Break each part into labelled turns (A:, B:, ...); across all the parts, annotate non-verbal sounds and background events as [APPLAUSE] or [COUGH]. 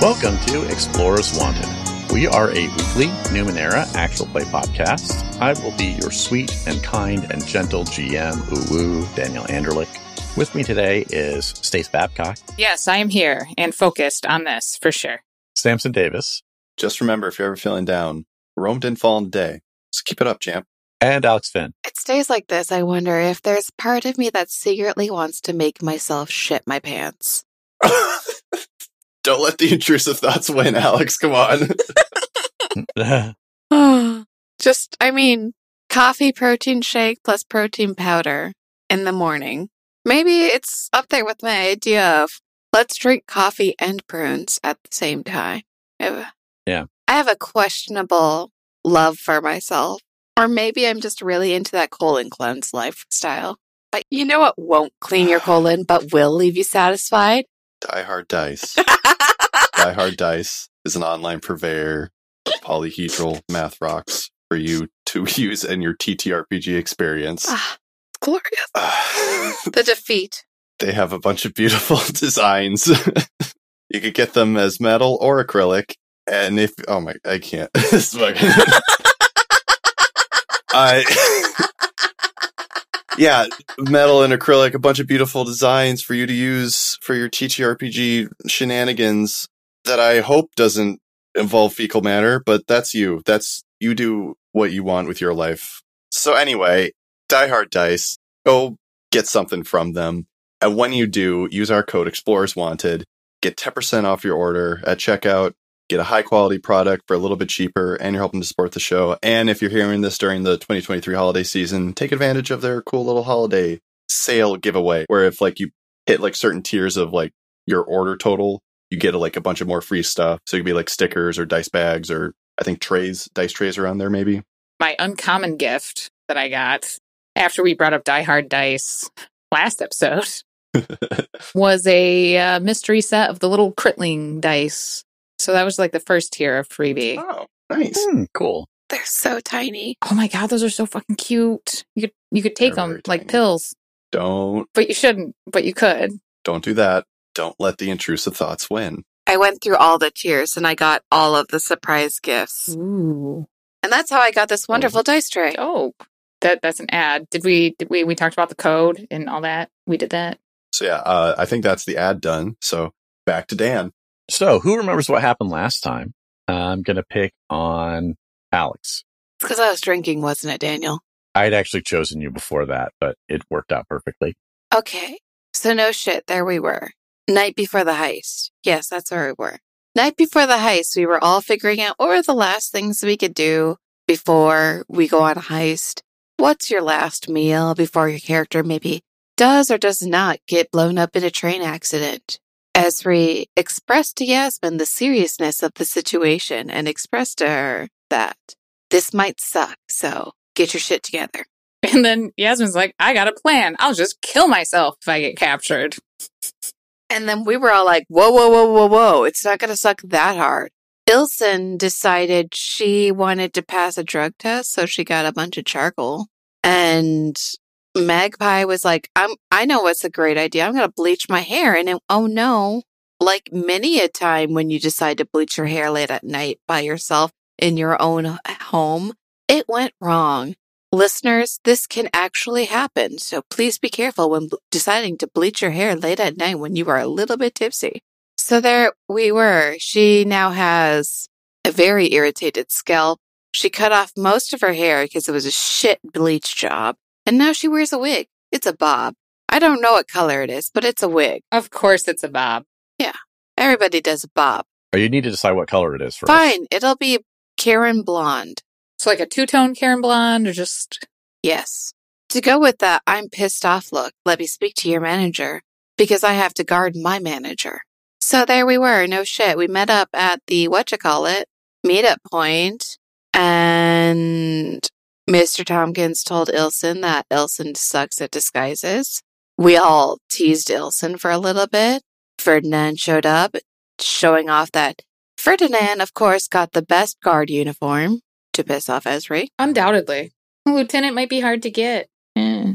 A: Welcome to Explorers Wanted. We are a weekly Numenera actual play podcast. I will be your sweet and kind and gentle GM, ooh, ooh Daniel Anderlich. With me today is Stace Babcock,
B: Yes, I am here and focused on this for sure.
A: Samson Davis,
C: Just remember if you're ever feeling down, Rome didn't fall in a day. Just keep it up, champ.
A: and Alex Finn. [LAUGHS]
D: It's days like this, I wonder if there's part of me that secretly wants to make myself shit my pants.
C: [LAUGHS] Don't let the intrusive thoughts win, Alex. Come on.
D: [SIGHS]
C: [LAUGHS]
A: Hmm,
D: Just, I mean, coffee protein shake plus protein powder in the morning. Maybe it's up there with my idea of let's drink coffee and prunes at the same time. Ugh.
A: Yeah.
D: I have a questionable love for myself. Or maybe I'm just really into that colon cleanse lifestyle. But you know what won't clean your colon but will leave you satisfied?
C: Die Hard Dice. Die Hard Dice is an online purveyor of polyhedral math rocks for you to [LAUGHS] use in your TTRPG experience.
D: Ah, it's glorious.
C: [SIGHS] Ah.
D: The defeat.
C: they have a bunch of beautiful [LAUGHS] designs. you could get them as metal or acrylic. And if oh my, I can't. [LAUGHS] This is fucking. I. [LAUGHS] yeah, metal and acrylic, a bunch of beautiful designs for you to use for your TTRPG shenanigans that I hope doesn't involve fecal matter, but that's you. That's you do what you want with your life. So anyway, Die Hard Dice, go get something from them. And when you do, use our code Explorers Wanted, get 10% off your order at checkout, get a high quality product for a little bit cheaper, and you're helping to support the show. And if you're hearing this during the 2023 holiday season, take advantage of their cool little holiday sale giveaway, where if like you hit like certain tiers of like your order total, you get like a bunch of more free stuff. So it could be like stickers or dice bags or I think trays, dice trays are on there maybe.
B: My uncommon gift that I got after we brought up Die Hard Dice last
C: [LAUGHS]
B: episode was a uh, mystery set of the little Critling dice. So that was like the first tier of freebie.
C: oh, nice.
A: Hmm, cool.
D: They're so tiny.
B: Oh my god, those are so fucking cute. You could you could take
C: They're
B: them
C: very
B: like
C: tiny.
B: pills,
C: Don't
B: but you shouldn't, but you could.
C: don't do that. Don't let the intrusive thoughts win.
D: I went through all the tiers and I got all of the surprise gifts.
B: Ooh.
D: And that's how I got this wonderful dice tray.
B: Oh. That that's an ad. Did we did we we talked about the code and all that? We did that.
C: So yeah, uh, I think that's the ad done. So back to Dan.
A: So, who remembers what happened last time? I'm going to pick on Alex.
D: It's because I was drinking, wasn't it, Daniel?
A: I'd actually chosen you before that, but it worked out perfectly.
D: Okay. So, no shit, there we were. Night before the heist. Yes, that's where we were. Night before the heist, we were all figuring out what were the last things we could do before we go on a heist. What's your last meal before your character maybe does or does not get blown up in a train accident? Esri expressed to Yasmin the seriousness of the situation and expressed to her that this might suck, so get your shit together.
B: [LAUGHS] And then Yasmin's like, I got a plan. I'll just kill myself if I get captured.
D: And then we were all like, whoa, whoa, whoa, whoa, whoa. It's not going to suck that hard. Ilson decided she wanted to pass a drug test, so she got a bunch of charcoal. And Magpie was like, I'm, I know what's a great idea. I'm going to bleach my hair. And it, oh no, like many a time when you decide to bleach your hair late at night by yourself in your own home, it went wrong. Listeners, this can actually happen, so please be careful when bl- deciding to bleach your hair late at night when you are a little bit tipsy. So there we were. She now has a very irritated scalp. She cut off most of her hair because it was a shit bleach job, and now she wears a wig. It's a bob. I don't know what color it is, but it's a wig.
B: Of course, it's a Bob.
D: Everybody does a bob.
A: Or you need to decide what color it is first.
D: Fine, it'll be Karen Blonde.
B: So, like a two tone Karen Blonde, or just
D: Yes. To go with that, I'm pissed off look. Let me speak to your manager because I have to guard my manager. So there we were. No shit. We met up at the what you call it meetup point, and Mr. Tompkins told Ilson that Ilson sucks at disguises. We all teased Ilson for a little bit. Ferdinand showed up, showing off that Ferdinand, of course, got the best guard uniform to piss off Esri.
B: undoubtedly. A lieutenant might be hard to get. Eh,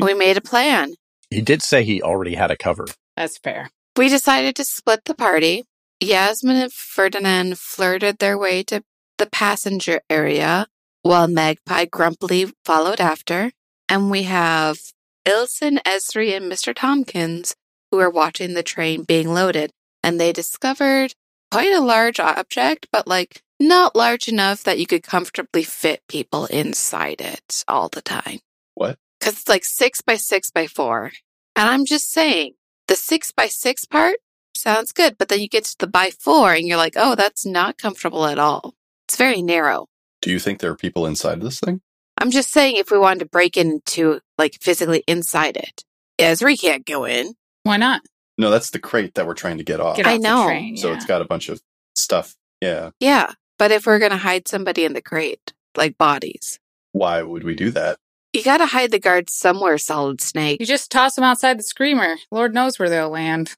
D: We made a plan.
A: He did say he already had a cover.
B: that's fair.
D: We decided to split the party. Yasmin and Ferdinand flirted their way to the passenger area while Magpie grumpily followed after. And we have Ilson, Esri, and Mr. Tompkins who are watching the train being loaded. And they discovered quite a large object, but like not large enough that you could comfortably fit people inside it all the time.
C: What?
D: Because it's like six by six by four. And I'm just saying, the six by six part sounds good, but then you get to the by four and you're like, oh, that's not comfortable at all. It's very narrow.
C: Do you think there are people inside this thing?
D: I'm just saying, if we wanted to break into like physically inside it, Ezra can't go in.
B: Why not?
C: No, that's the crate that we're trying to get off.
B: Get
D: I
B: off the
D: know.
B: train,
C: Uh, So
B: yeah.
C: it's got a bunch of stuff. Yeah.
D: Yeah, but if we're gonna hide somebody in the crate, like bodies,
C: Why would we do that?
D: you gotta hide the guards somewhere. Solid
B: You
D: Snake.
B: just toss them outside the screamer. Lord knows where they'll land.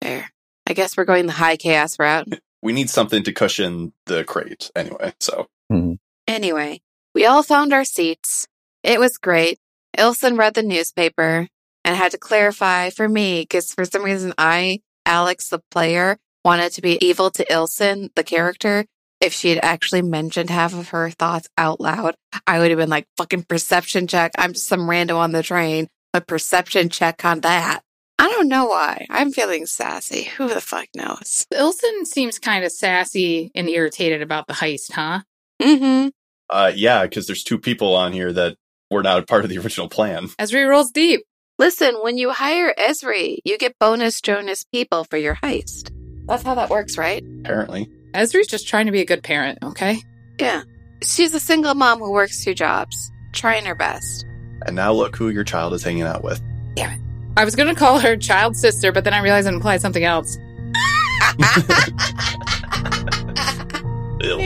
D: There. I guess we're going the high chaos route.
C: We need something to cushion the crate anyway. So
D: Anyway, we all found our seats. It was great. Ilson read the newspaper and had to clarify for me because for some reason I, Alex the player, wanted to be evil to Ilson the character. If she had actually mentioned half of her thoughts out loud, I would have been like, fucking perception check. I'm just some random on the train. A perception check on that. I don't know why. I'm feeling sassy. Who the fuck knows?
B: Ilson seems kind of sassy and irritated about the heist, huh?
D: Mm
C: uh yeah, because there's two people on here that were not a part of the original plan.
B: Ezri rolls deep.
D: Listen, when you hire Esri, you get bonus Jonas people for your heist. That's how that works, right?
C: Apparently.
B: Ezri's just trying to be a good parent, okay?
D: Yeah. She's a single mom who works two jobs, trying her best.
C: And now look who your child is hanging out with.
B: I was going to call her [LAUGHS] child sister, but then I realized it implied something else.
C: Ew.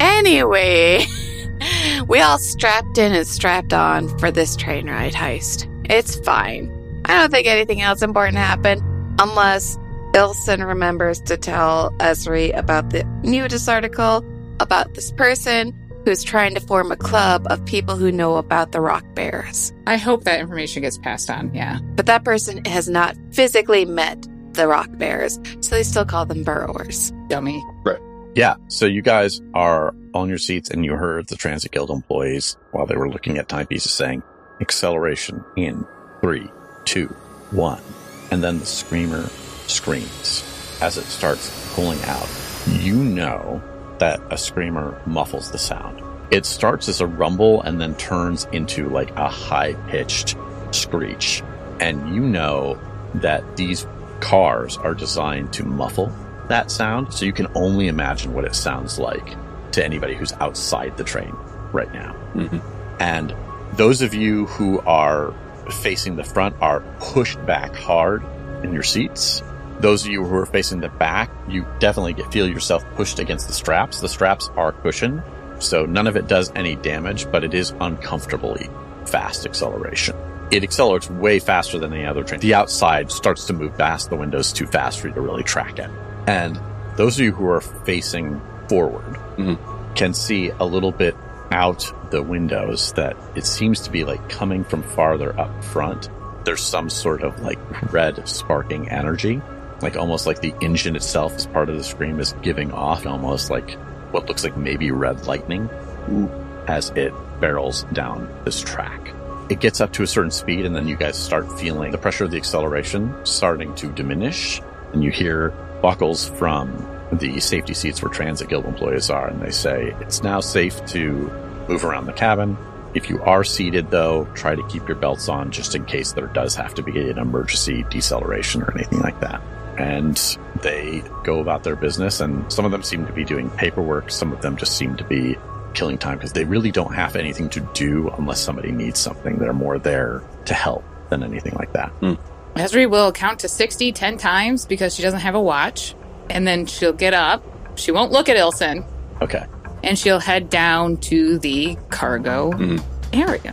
D: anyway, [LAUGHS] we all strapped in and strapped on for this train ride heist. It's fine. I don't think anything else important happened unless Ilson remembers to tell Esri about the nudist article about this person who's trying to form a club of people who know about the rock bears.
B: I hope that information gets passed on, yeah.
D: But that person has not physically met the rock bears, so they still call them burrowers.
B: Dummy.
A: Yeah. So you guys are on your seats and you heard the Transit Guild employees while they were looking at timepieces saying, acceleration in three, two, one. And then the screamer screams as it starts pulling out. You know that a screamer muffles the sound. It starts as a rumble and then turns into like a high pitched screech. And you know that these cars are designed to muffle that sound, so you can only imagine what it sounds like to anybody who's outside the train right now.
C: Mhm.
A: And those of you who are facing the front are pushed back hard in your seats. Those of you who are facing the back, you definitely get, feel yourself pushed against the straps. The straps are cushioned, so none of it does any damage, but it is uncomfortably fast acceleration. It accelerates way faster than any other train. The outside starts to move past the windows too fast for you to really track it. And those of you who are facing forward
C: Mhm.
A: can see a little bit out the windows that it seems to be like coming from farther up front. There's some sort of like red sparking energy, like almost like the engine itself as part of the scream is giving off almost like what looks like maybe red lightning as it barrels down this track. It gets up to a certain speed, and then you guys start feeling the pressure of the acceleration starting to diminish, and you hear buckles from the safety seats where transit guild employees are, and they say, It's now safe to move around the cabin. If you are seated, though, try to keep your belts on just in case there does have to be an emergency deceleration or anything like that. And they go about their business, and some of them seem to be doing paperwork, some of them just seem to be killing time because they really don't have anything to do unless somebody needs something. They're more there to help than anything like that.
B: Ezri will count to 60 10 times because she doesn't have a watch, and then she'll get up. She won't look at Ilson,
A: Okay.
B: and she'll head down to the cargo
C: Mhm.
B: area.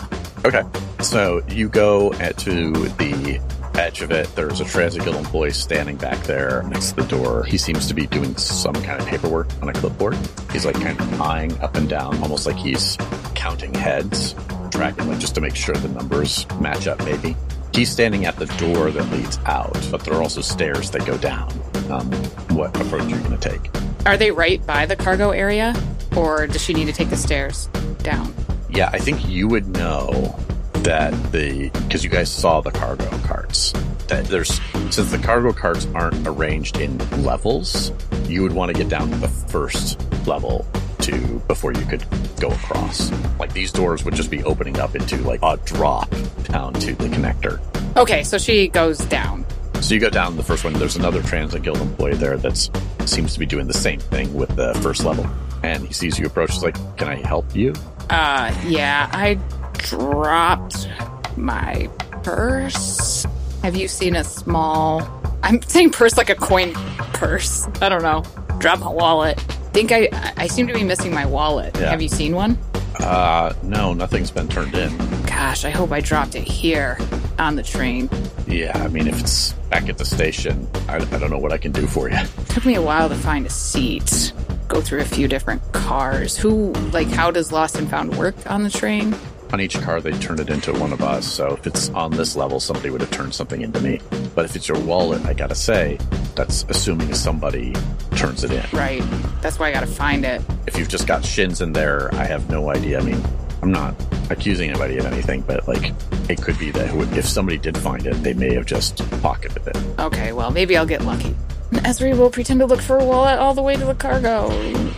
A: So you go at, to the edge of it. There's a transit guild employee standing back there next to the door. He seems to be doing some kind of paperwork on a clipboard. He's like kind of eyeing up and down, almost like he's counting heads, tracking like just to make sure the numbers match up, maybe. He's standing at the door that leads out, but there are also stairs that go down. Um, what approach are you going to take?
B: Are they right by the cargo area, or does she need to take the stairs down?
A: Yeah, I think you would know that the because you guys saw the cargo carts. That there's since the cargo carts aren't arranged in levels, you would want to get down to the first level to before you could go across. Like these doors would just be opening up into like a drop down to the connector.
B: Okay, so she goes down.
A: So you go down the first one. There's another transit guild employee there that seems to be doing the same thing with the first level. And he sees you approach. He's like, "Can I help you?"
B: Uh, yeah, I dropped my purse. Have you seen a small? I'm saying purse like a coin purse. I don't know. Drop my wallet. Think I I seem to be missing my wallet.
A: Yeah.
B: Have you seen one?
A: Uh, no, nothing's been turned in.
B: Gosh, I hope I dropped it here on the train.
A: Yeah, I mean, if it's back at the station, I, I don't know what I can do for you.
B: Took me a while to find a seat. Go through a few different cars. Who like how does lost and found work on the train?
A: On each car, they turn it into one of us. So if it's on this level, somebody would have turned something into me. But if it's your wallet, I gotta say, that's assuming somebody turns it in.
B: Right. That's why I gotta find it.
A: If you've just got shins in there, I have no idea. I mean, I'm not accusing anybody of anything, but like, it could be that who- if somebody did find it, they may have just pocketed it.
B: Okay, well maybe I'll get lucky. And Esri will pretend to look for a wallet all the way to the cargo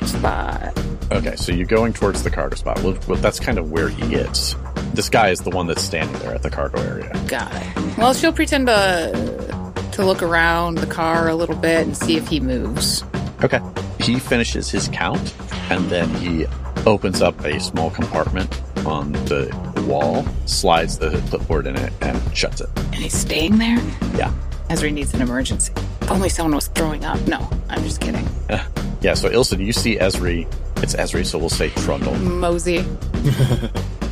B: spot.
A: Okay, so you're going towards the cargo spot. Well, well, that's kind of where he is. This guy is the one that's standing there at the cargo area.
B: Got it. Well, she'll pretend to to look around the car a little bit and see if he moves.
A: Okay. He finishes his count and then he opens up a small compartment on the wall, slides the clipboard in it, and shuts it.
B: And he's staying there?
A: Yeah.
B: Ezra needs an emergency. If only someone was throwing up. No, I'm just kidding.
A: Yeah, so Ilson, you see Esri. It's Esri, so we'll say Trundle.
B: Mosey.
C: [LAUGHS]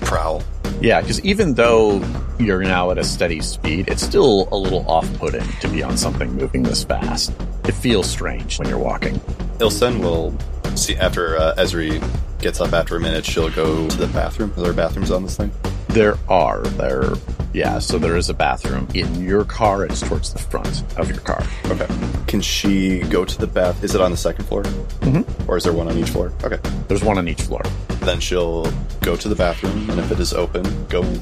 C: Prowl.
A: Yeah, because even though you're now at a steady speed, it's still a little off putting to be on something moving this fast. It feels strange when you're walking.
C: Ilsen will see after uh, Ezri gets up after a minute. She'll go to the bathroom. Are there bathrooms on this thing?
A: There are. There, yeah, so there is a bathroom. In your car, it's towards the front of your car.
C: Okay. Can she go to the bath? Is it on the second floor? Mm-hmm. Or is there one on each floor? Okay.
A: There's one on each floor.
C: Then she'll go to the bathroom, and if it is open, go in.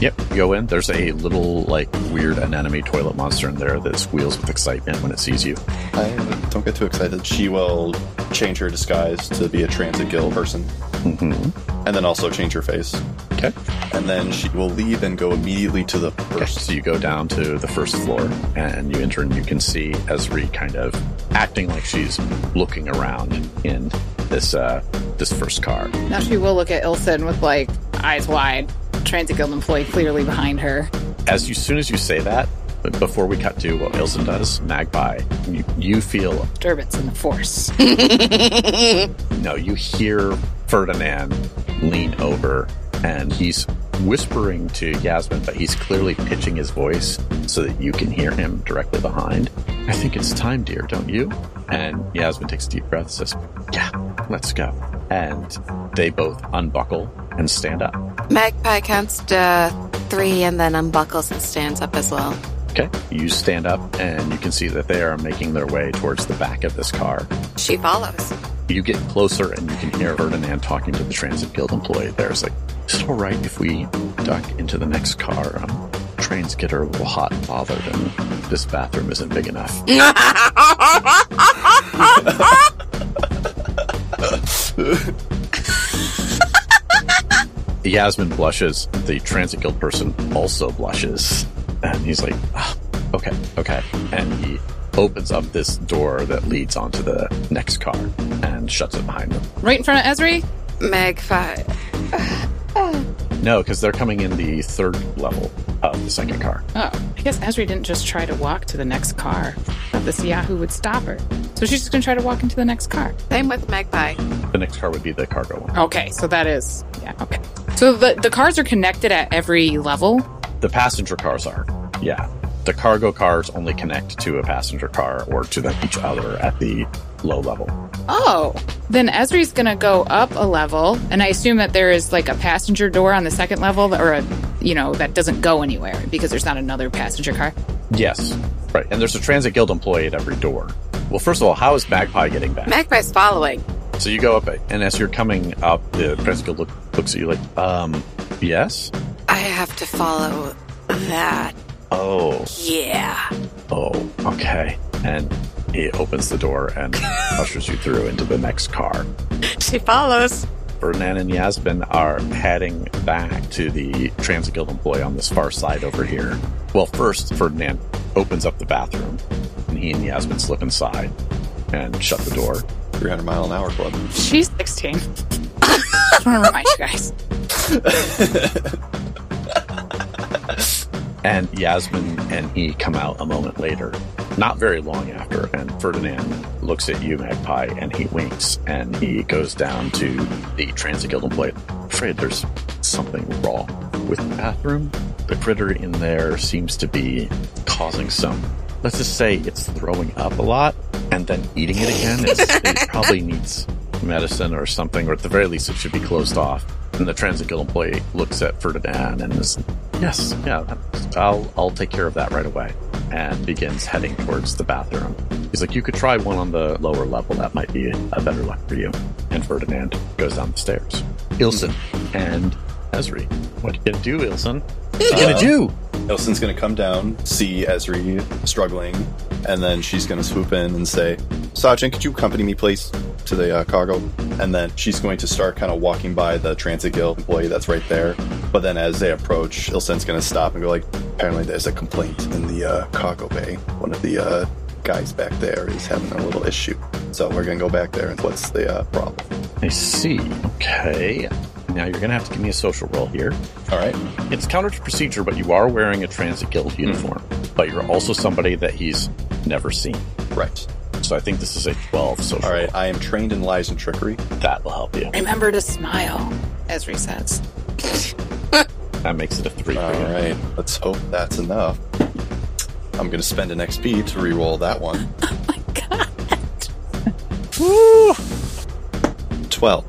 A: Yep, you go in. There's a little, like, weird anemone toilet monster in there that squeals with excitement when it sees you.
C: I don't get too excited. She will change her disguise to be a transit guild person,
A: Mm-hmm.
C: and then also change her face.
A: Okay.
C: And then she will leave and go immediately to the
A: Okay,
C: first.
A: so you go down to the first floor and you enter and you can see Esri kind of acting like she's looking around in this, uh, this first car.
B: Now she will look at Ilson with like eyes wide. Transit guild employee clearly behind her.
A: As you, soon as you say that, but before we cut to what Ilson does, Magpie, you, you feel
B: Disturbance in the force. [LAUGHS]
A: No, you hear Ferdinand lean over and he's whispering to Yasmin, but he's clearly pitching his voice so that you can hear him directly behind. I think it's time, dear, don't you? And Yasmin takes a deep breath and says, Yeah, let's go. And they both unbuckle and stand up.
D: Magpie counts to three and then unbuckles and stands up as well.
A: Okay. You stand up and you can see that they are making their way towards the back of this car.
D: She follows.
A: You get closer and you can hear Ferdinand talking to the Transit Guild employee there. It's like, is it all right if we duck into the next car? Um, trains get are a little hot and bothered, and this bathroom isn't big enough. Yasmin blushes. The Transit Guild person also blushes. And he's like, "Ah, okay, okay. And he opens up this door that leads onto the next car and shuts it behind them.
B: right in front of Ezri?
D: Magpie.
A: No, because they're coming in the third level of the second car.
B: Oh, I guess Ezri didn't just try to walk to the next car. Thought This Yahoo would stop her. So she's just gonna try to walk into the next car.
D: Same with Magpie.
A: The next car would be the cargo one.
B: Okay, so that is yeah, okay. So the the cars are connected at every level.
A: The passenger cars are. Yeah. The cargo cars only connect to a passenger car or to them each other at the low level.
B: Oh. Then Esri's gonna go up a level, and I assume that there is like a passenger door on the second level that- or a you know, that doesn't go anywhere because there's not another passenger car.
A: Yes. Right. And there's a transit guild employee at every door. Well, first of all, how is Magpie getting back?
D: Magpie's following.
A: so you go up, and as you're coming up, the transit guild look, looks at you like, um, yes?
D: I have to follow that.
A: Oh,
D: Yeah.
A: oh, okay. And he opens the door and ushers you through into the next car.
D: She follows.
A: Bernan and Yasmin are heading back to the transit guild employee on this far side over here. Well, first, Ferdinand opens up the bathroom, and he and Yasmin slip inside and shut the door.
C: 300 mile an hour club.
B: She's 16. [LAUGHS] Just want to remind you guys.
A: And Yasmin and he come out a moment later, not very long after. And Ferdinand looks at you, Magpie, and he winks and he goes down to the transit guild employee. I'm afraid there's something wrong with the bathroom. The critter in there seems to be causing some. Let's just say it's throwing up a lot and then eating it again. It's, it probably needs medicine or something, or at the very least, it should be closed off. And the transit guild employee looks at Ferdinand and is Yes, yeah, that- I'll I'll take care of that right away. And begins heading towards the bathroom. He's like, you could try one on the lower level. That might be a better luck for you. And Ferdinand goes down the stairs. Ilson and Esri, what you gonna do, Ilson? What you gonna
C: Uh,
A: do?
C: Nelson's gonna come down, see Esri struggling, and then she's gonna swoop in and say, Sajin, could you accompany me, please, to the uh, cargo? And then she's going to start kind of walking by the transit guild employee that's right there. But then as they approach, Ilsen's gonna stop and go like, apparently there's a complaint in the uh, cargo bay. One of the uh, guys back there is having a little issue. So we're gonna go back there and what's the uh, problem?
A: I see. Okay. Now you're gonna have to give me a social roll here.
C: All right.
A: It's counter to procedure, but you are wearing a transit guild uniform. But you're also somebody that he's never seen.
C: Right.
A: So I think this is a 12 social.
C: All
A: roll.
C: right. I am trained in lies and trickery.
A: That will help you.
B: Remember to smile, Esri says.
A: That makes it a three.
C: All
A: for you.
C: right, let's hope that's enough. I'm gonna spend an XP to re-roll that one.
B: my God.
C: Twelve.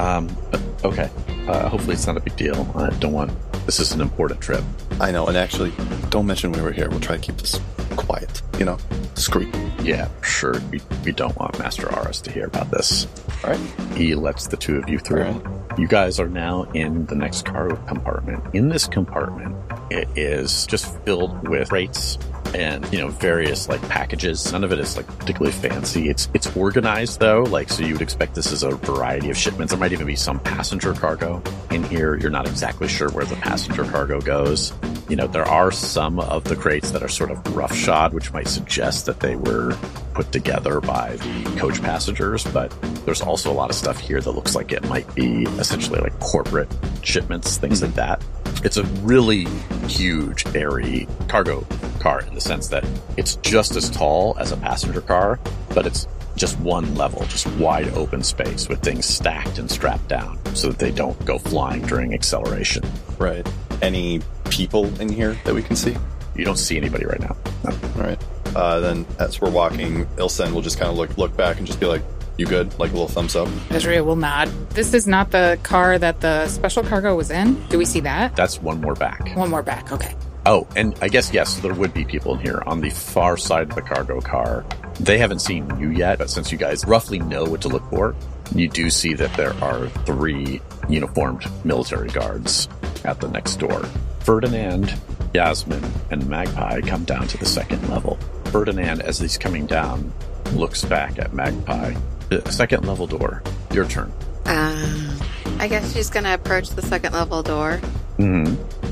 A: Um, but- okay. Uh, hopefully it's not a big deal. I don't want. This is an important trip.
C: I know, and actually, don't mention we were here. We'll try to keep this quiet. You know, discreet.
A: Yeah, sure. We, we don't want Master Aris to hear about this.
C: All right.
A: He lets the two of you through.
C: All
A: You guys are now in the next cargo compartment. In this compartment, it is just filled with crates and you know various like packages. None of it is like particularly fancy. It's it's organized though, like so you would expect this is a variety of shipments. There might even be some passenger cargo in here. You're not exactly sure where the passenger cargo goes. You know there are some of the crates that are sort of roughshod, which might suggest that they were put together by the coach passengers, but there's also a lot of stuff here that looks like it might be essentially like corporate shipments, things like that. It's a really huge, airy cargo car in the sense that it's just as tall as a passenger car, but it's just one level, just wide open space with things stacked and strapped down so that they don't go flying during acceleration.
C: Right. Any people in here that we can see?
A: You don't see anybody right now.
C: All right. Uh, then, as we're walking, Ilsen will just kind of look look back and just be like, "You good?" Like a little thumbs up.
B: Ezri will nod. This is not the car that the special cargo was in. Do we see that?
A: That's one more back.
B: One more back. Okay.
A: Oh, and I guess yes, there would be people in here on the far side of the cargo car. They haven't seen you yet, but since you guys roughly know what to look for, you do see that there are three uniformed military guards at the next door. Ferdinand, Yasmin, and Magpie come down to the second level. Ferdinand, as he's coming down, looks back at Magpie. The second level door. Your turn.
D: Um, I guess she's going to approach the second level door.
A: hmm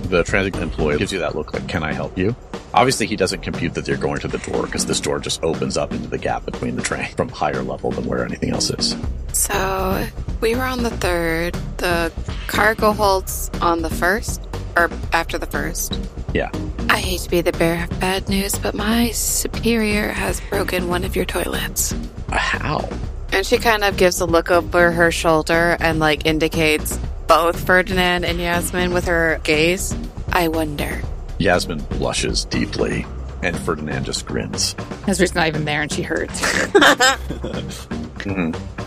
A: The transit employee gives you that look like, can I help you? Obviously, he doesn't compute that you're going to the door because this door just opens up into the gap between the train [LAUGHS] from higher level than where anything else is.
D: So we were on the third. The cargo holds on the first, or after the first.
A: Yeah.
D: I hate to be the bearer of bad news, but my superior has broken one of your toilets.
A: Uh, How?
D: And she kind of gives a look over her shoulder and like indicates both Ferdinand and Yasmin with her gaze. I wonder.
A: Yasmin blushes deeply, and Ferdinand just grins.
B: Ezri's not even there and she heard.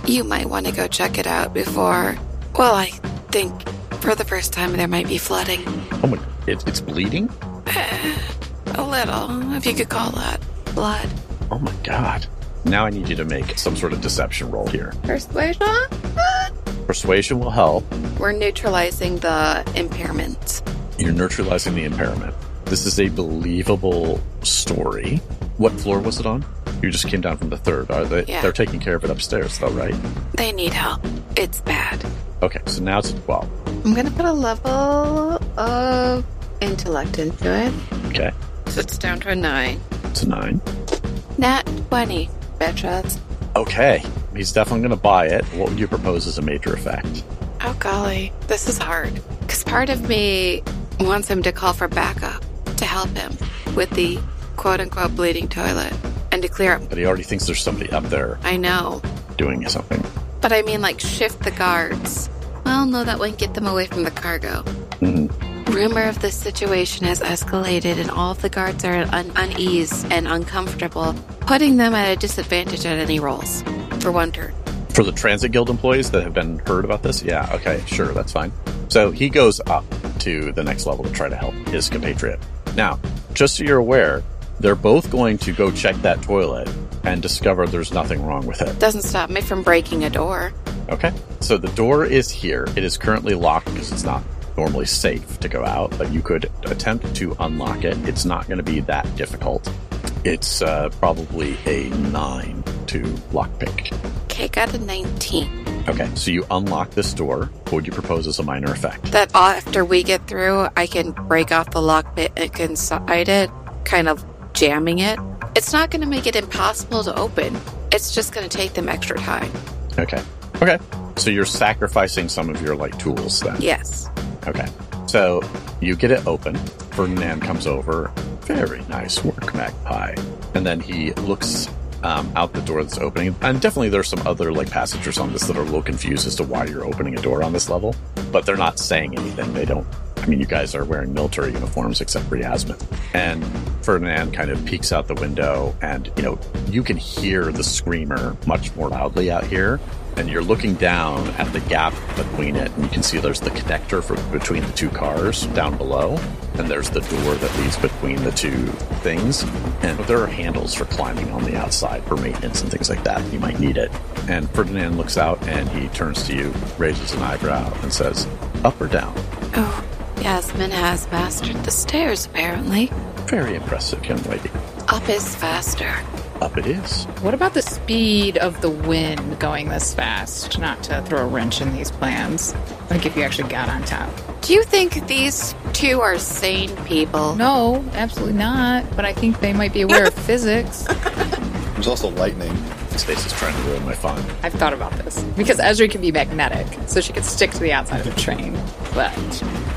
D: You might want to go check it out before. Well, I think for the first time there might be flooding.
A: Oh my It, it's bleeding?
D: A little, if you could call that blood.
A: Oh my god. Now I need you to make some sort of deception roll here.
D: Persuasion?
A: Persuasion will help.
D: We're neutralizing the impairments.
A: You're neutralizing the impairment. This is a believable story. What floor was it on? You just came down from the third. Are they,
D: Yeah.
A: They're taking care of it upstairs, though, right?
D: They need help. It's bad.
A: Okay, so now it's a 12.
D: I'm gonna put a level of intellect into it.
A: Okay,
D: So it's down to a nine.
A: it's a 9.
D: Nat 20. Betras.
A: Okay, he's definitely going to buy it. What would you propose as a major effect?
D: Oh golly, this is hard. Because part of me wants him to call for backup to help him with the quote unquote bleeding toilet and to clear up.
A: But he already thinks there's somebody up there
D: I know.
A: doing something.
D: But I mean, like, shift the guards. Well, no, that wouldn't get them away from the cargo.
A: Mhm.
D: Rumor of this situation has escalated, and all of the guards are at un- unease and uncomfortable, putting them at a disadvantage at any rolls. For one turn.
A: For the Transit Guild employees that have been heard about this? Yeah, okay, sure, that's fine. So he goes up to the next level to try to help his compatriot. Now, just so you're aware, they're both going to go check that toilet and discover there's nothing wrong with it.
D: Doesn't stop me from breaking a door.
A: Okay? So the door is here. It is currently locked because it's not normally safe to go out, but you could attempt to unlock it. It's not going to be that difficult. It's uh, probably a 9 to lockpick.
D: Okay, got a 19.
A: Okay, so you unlock this door. What would you propose as a minor effect?
D: That after we get through, I can break off the lockbit and inside it, kind of jamming it. It's not going to make it impossible to open, it's just going to take them extra time.
A: Okay. Okay. So you're sacrificing some of your like tools then.
D: Yes.
A: Okay. So you get it open. Ferdinand comes over. Very nice work, Magpie. And then he looks um, out the door that's opening. And definitely there's some other like passengers on this that are a little confused as to why you're opening a door on this level. But they're not saying anything. They don't. I mean, you guys are wearing military uniforms except for Yasmin. And Ferdinand kind of peeks out the window, and you know you can hear the screamer much more loudly out here. And you're looking down at the gap between it, and you can see there's the connector for, between the two cars down below, and there's the door that leads between the two things. And there are handles for climbing on the outside for maintenance and things like that. You might need it. And Ferdinand looks out, and he turns to you, raises an eyebrow, and says, "Up or down?"
D: Oh, Yasmin has mastered the stairs, apparently.
A: Very impressive, young lady.
D: Up is faster.
A: Up it is.
B: What about the speed of the wind going this fast? Not to throw a wrench in these plans. Like if you actually got on top.
D: Do you think these two are sane people?
B: No, absolutely not. But I think they might be aware of physics.
C: There's also lightning.
A: Stacy's trying to ruin my fun.
B: I've thought about this because Esri can be magnetic, so she could stick to the outside of the train, but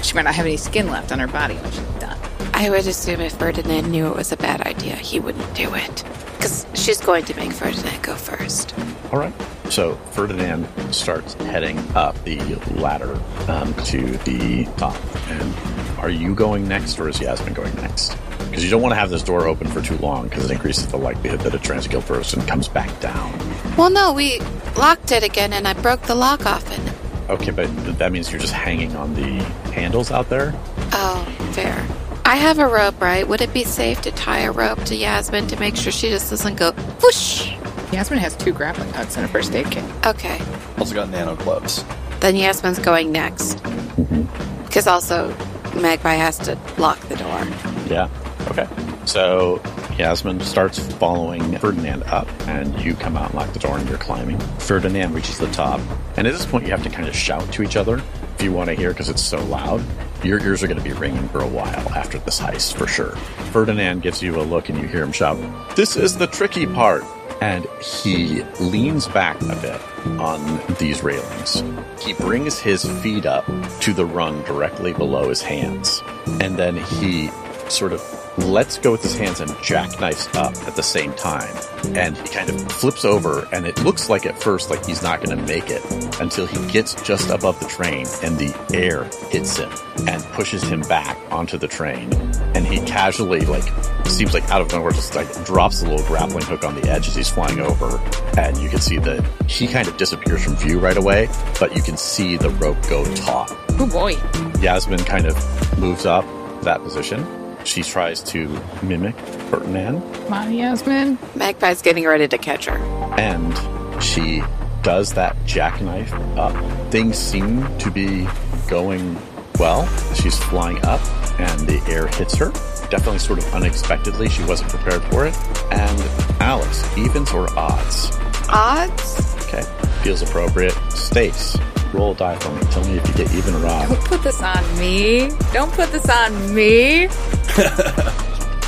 B: she might not have any skin left on her body when she's done.
D: I would assume if Ferdinand knew it was a bad idea, he wouldn't do it. Because she's going to make Ferdinand go first.
A: All right. So Ferdinand starts heading up the ladder um, to the top. And are you going next, or is Yasmin going next? Because you don't want to have this door open for too long, because it increases the likelihood that a transguild person comes back down.
D: Well, no, we locked it again and I broke the lock off it.
A: Okay, but that means you're just hanging on the handles out there.
D: Oh, fair. I have a rope, right? Would it be safe to tie a rope to Yasmin to make sure she just doesn't go whoosh?
B: Yasmin has two grappling hooks in her first aid kit.
D: Okay.
C: Also got nano gloves.
D: Then Yasmin's going next. Because also, Magpie has to lock the door.
A: Yeah. Okay. So Yasmin starts following Ferdinand up, and you come out and lock the door, and you're climbing. Ferdinand reaches the top, and at this point, you have to kind of shout to each other if you want to hear because it's so loud. Your ears are going to be ringing for a while after this heist, for sure. Ferdinand gives you a look, and you hear him shout, "This is the tricky part." And he leans back a bit on these railings. He brings his feet up to the rung directly below his hands. And then he sort of lets go with his hands and jackknifes up at the same time. And he kind of flips over, and it looks like at first like he's not going to make it until he gets just above the train and the air hits him and pushes him back onto the train. And he casually, like, seems like out of nowhere, just like drops a little grappling hook on the edge as he's flying over. And you can see that he kind of disappears from view right away, but you can see the rope go taut
B: Oh boy.
A: Yasmin kind of moves up that position. She tries to mimic Ferdinand,
B: Come on, Yasmin.
D: Magpie's getting ready to catch her.
A: and she does that jackknife up. Things seem to be going well. She's flying up, and the air hits her. Definitely, sort of unexpectedly. She wasn't prepared for it. And Alex, evens or odds?
D: Odds?
A: Okay, feels appropriate. Stace, roll a die for me. Tell me if you get even or odd.
B: Don't put this on me. Don't put this on [LAUGHS] me.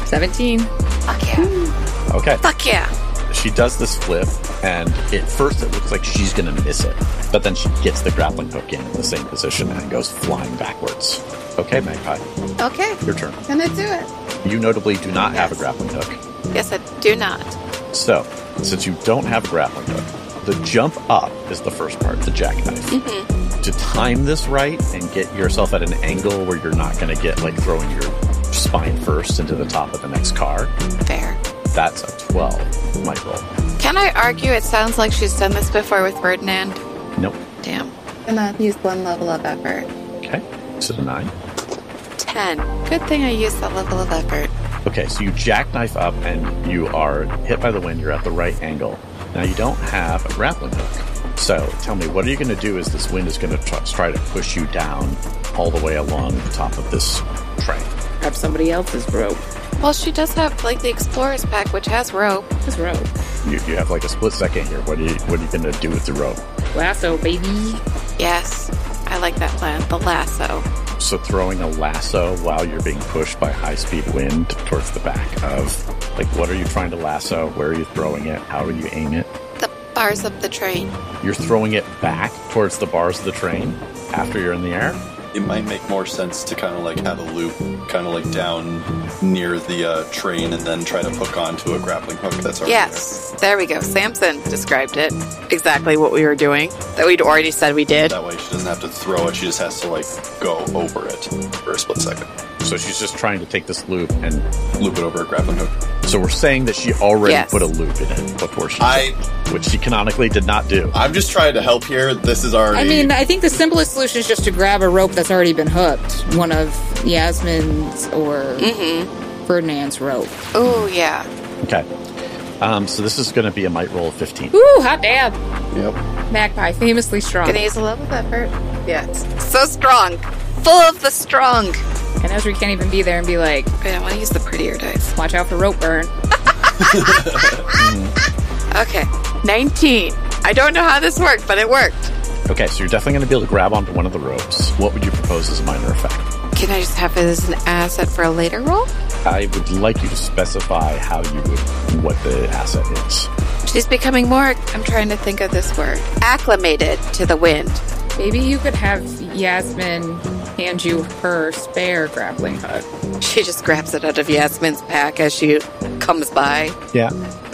B: 17.
D: Fuck yeah.
A: Okay.
D: Fuck yeah.
A: She does this flip, and at first it looks like she's gonna miss it, but then she gets the grappling hook in in the same position and goes flying backwards. Okay, Magpie,
D: Okay,
A: your turn.
D: gonna do it.
A: You notably do not have a
D: Yes.
A: grappling hook.
D: Yes, I do not.
A: So, since you don't have a grappling hook, the jump up is the first part, the jackknife.
D: Mm-hmm.
A: To time this right and get yourself at an angle where you're not gonna get like throwing your spine first into the top of the next car,
D: Fair.
A: that's a 12, Michael.
D: Can I argue? It sounds like she's done this before with Ferdinand.
A: Nope.
D: Damn. Gonna use one level of effort.
A: Okay, so the 9.
D: Ten. Good thing I used that level of effort.
A: Okay, so you jackknife up and you are hit by the wind. You're at the right angle. Now you don't have a grappling hook. So tell me, what are you going to do? Is this wind is going to try, try to push you down all the way along the top of this train?
B: Grab somebody else's rope.
D: Well, she does have like the explorer's pack, which has rope.
B: This rope.
A: You, you have like a split second here. What are you What are you going to do with the rope?
B: Lasso, baby.
D: Yes, I like that plan. The lasso.
A: So throwing a lasso while you're being pushed by high speed wind towards the back of, like, what are you trying to lasso? Where are you throwing it? How are you aiming it?
D: The bars of the train.
A: You're throwing it back towards the bars of the train after you're in the air.
C: It might make more sense to kind of like have a loop, kind of like down near the uh, train, and then try to hook onto a grappling hook. That's already
D: Yes, there we go. Samson described it exactly what we were doing that we'd already said we
C: there.
D: did.
C: That way, she doesn't have to throw it. She just has to like go over it for a split second.
A: So she's just trying to take this loop, and
C: Loop it over a grappling hook.
A: so we're saying that she already
D: Yes.
A: put a loop in it before she,
C: I
A: which she canonically did not do.
C: I'm just trying to help here. This is already.
B: I mean, I think the simplest solution is just to grab a rope that's already been hooked. One of Yasmin's or
D: Mm-hmm.
B: Ferdinand's rope.
D: Oh yeah.
A: Okay, um, so this is going to be a might roll of 15.
B: Ooh, hot damn.
C: yep.
B: Magpie, famously strong.
D: Gonna use a level of effort. Yes. So strong. Full of the strong.
B: And Ezra can't even be there and be like,
D: Wait, I want to use the prettier dice.
B: watch out for rope burn.
D: Okay. 19. I don't know how this worked, but it worked.
A: Okay, so you're definitely going to be able to grab onto one of the ropes. What would you propose as a minor effect?
D: Can I just have it as an asset for a later roll?
A: I would like you to specify how you would, what the asset is.
D: She's becoming more, I'm trying to think of this word, acclimated to the wind.
B: Maybe you could have Yasmin hand you her spare grappling hook.
D: She just grabs it out of Yasmin's pack as she comes by.
A: Yeah.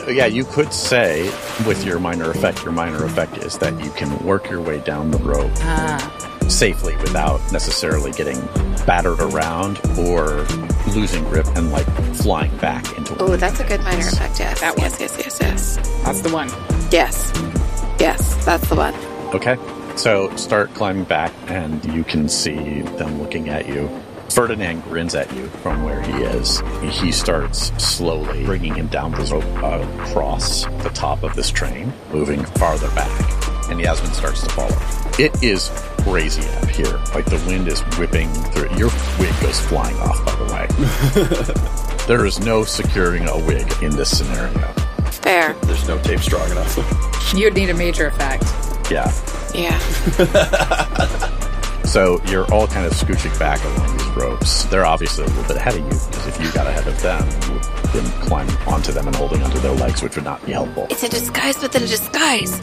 A: Yeah, you could say with your minor effect, your minor effect is that you can work your way down the rope
B: Ah,
A: safely without necessarily getting battered around or losing grip and like flying back into
D: Oh, that's a good minor effect, yes.
B: That one.
D: yes, yes, yes, yes.
B: that's the one.
D: Yes. Yes, that's the one.
A: Okay. So start climbing back and you can see them looking at you. Ferdinand grins at you from where he is. He starts slowly bringing him down the rope uh, across the top of this train, moving farther back. And Yasmin starts to follow. It is crazy up here. Like the wind is whipping through. Your wig goes flying off, by the way. there is no securing a wig in this scenario.
D: Fair.
C: There's no tape strong enough.
B: You'd need a major effect.
A: Yeah.
D: Yeah.
A: So you're all kind of scooching back along these ropes. They're obviously a little bit ahead of you because if you got ahead of them, you would have been climbing onto them and holding onto their legs, which would not be helpful.
D: It's a disguise within a disguise.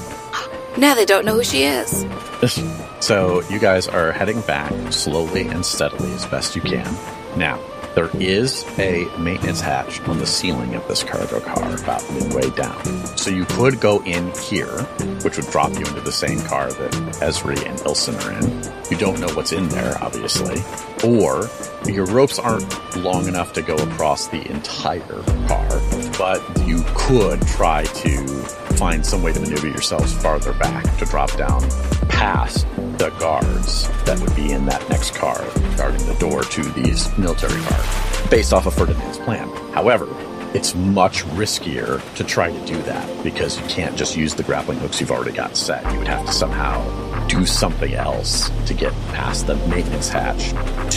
D: Now they don't know who she is.
A: [LAUGHS] so you guys are heading back slowly and steadily as best you can. Now, there is a maintenance hatch on the ceiling of this cargo car about midway down. So you could go in here, which would drop you into the same car that Esri and Ilson are in. You don't know what's in there, obviously. Or your ropes aren't long enough to go across the entire car, but you could try to find some way to maneuver yourselves farther back to drop down past the guards that would be in that next car guarding the door to these military cars based off of Ferdinand's plan. However, it's much riskier to try to do that because you can't just use the grappling hooks you've already got set. You would have to somehow do something else to get past the maintenance hatch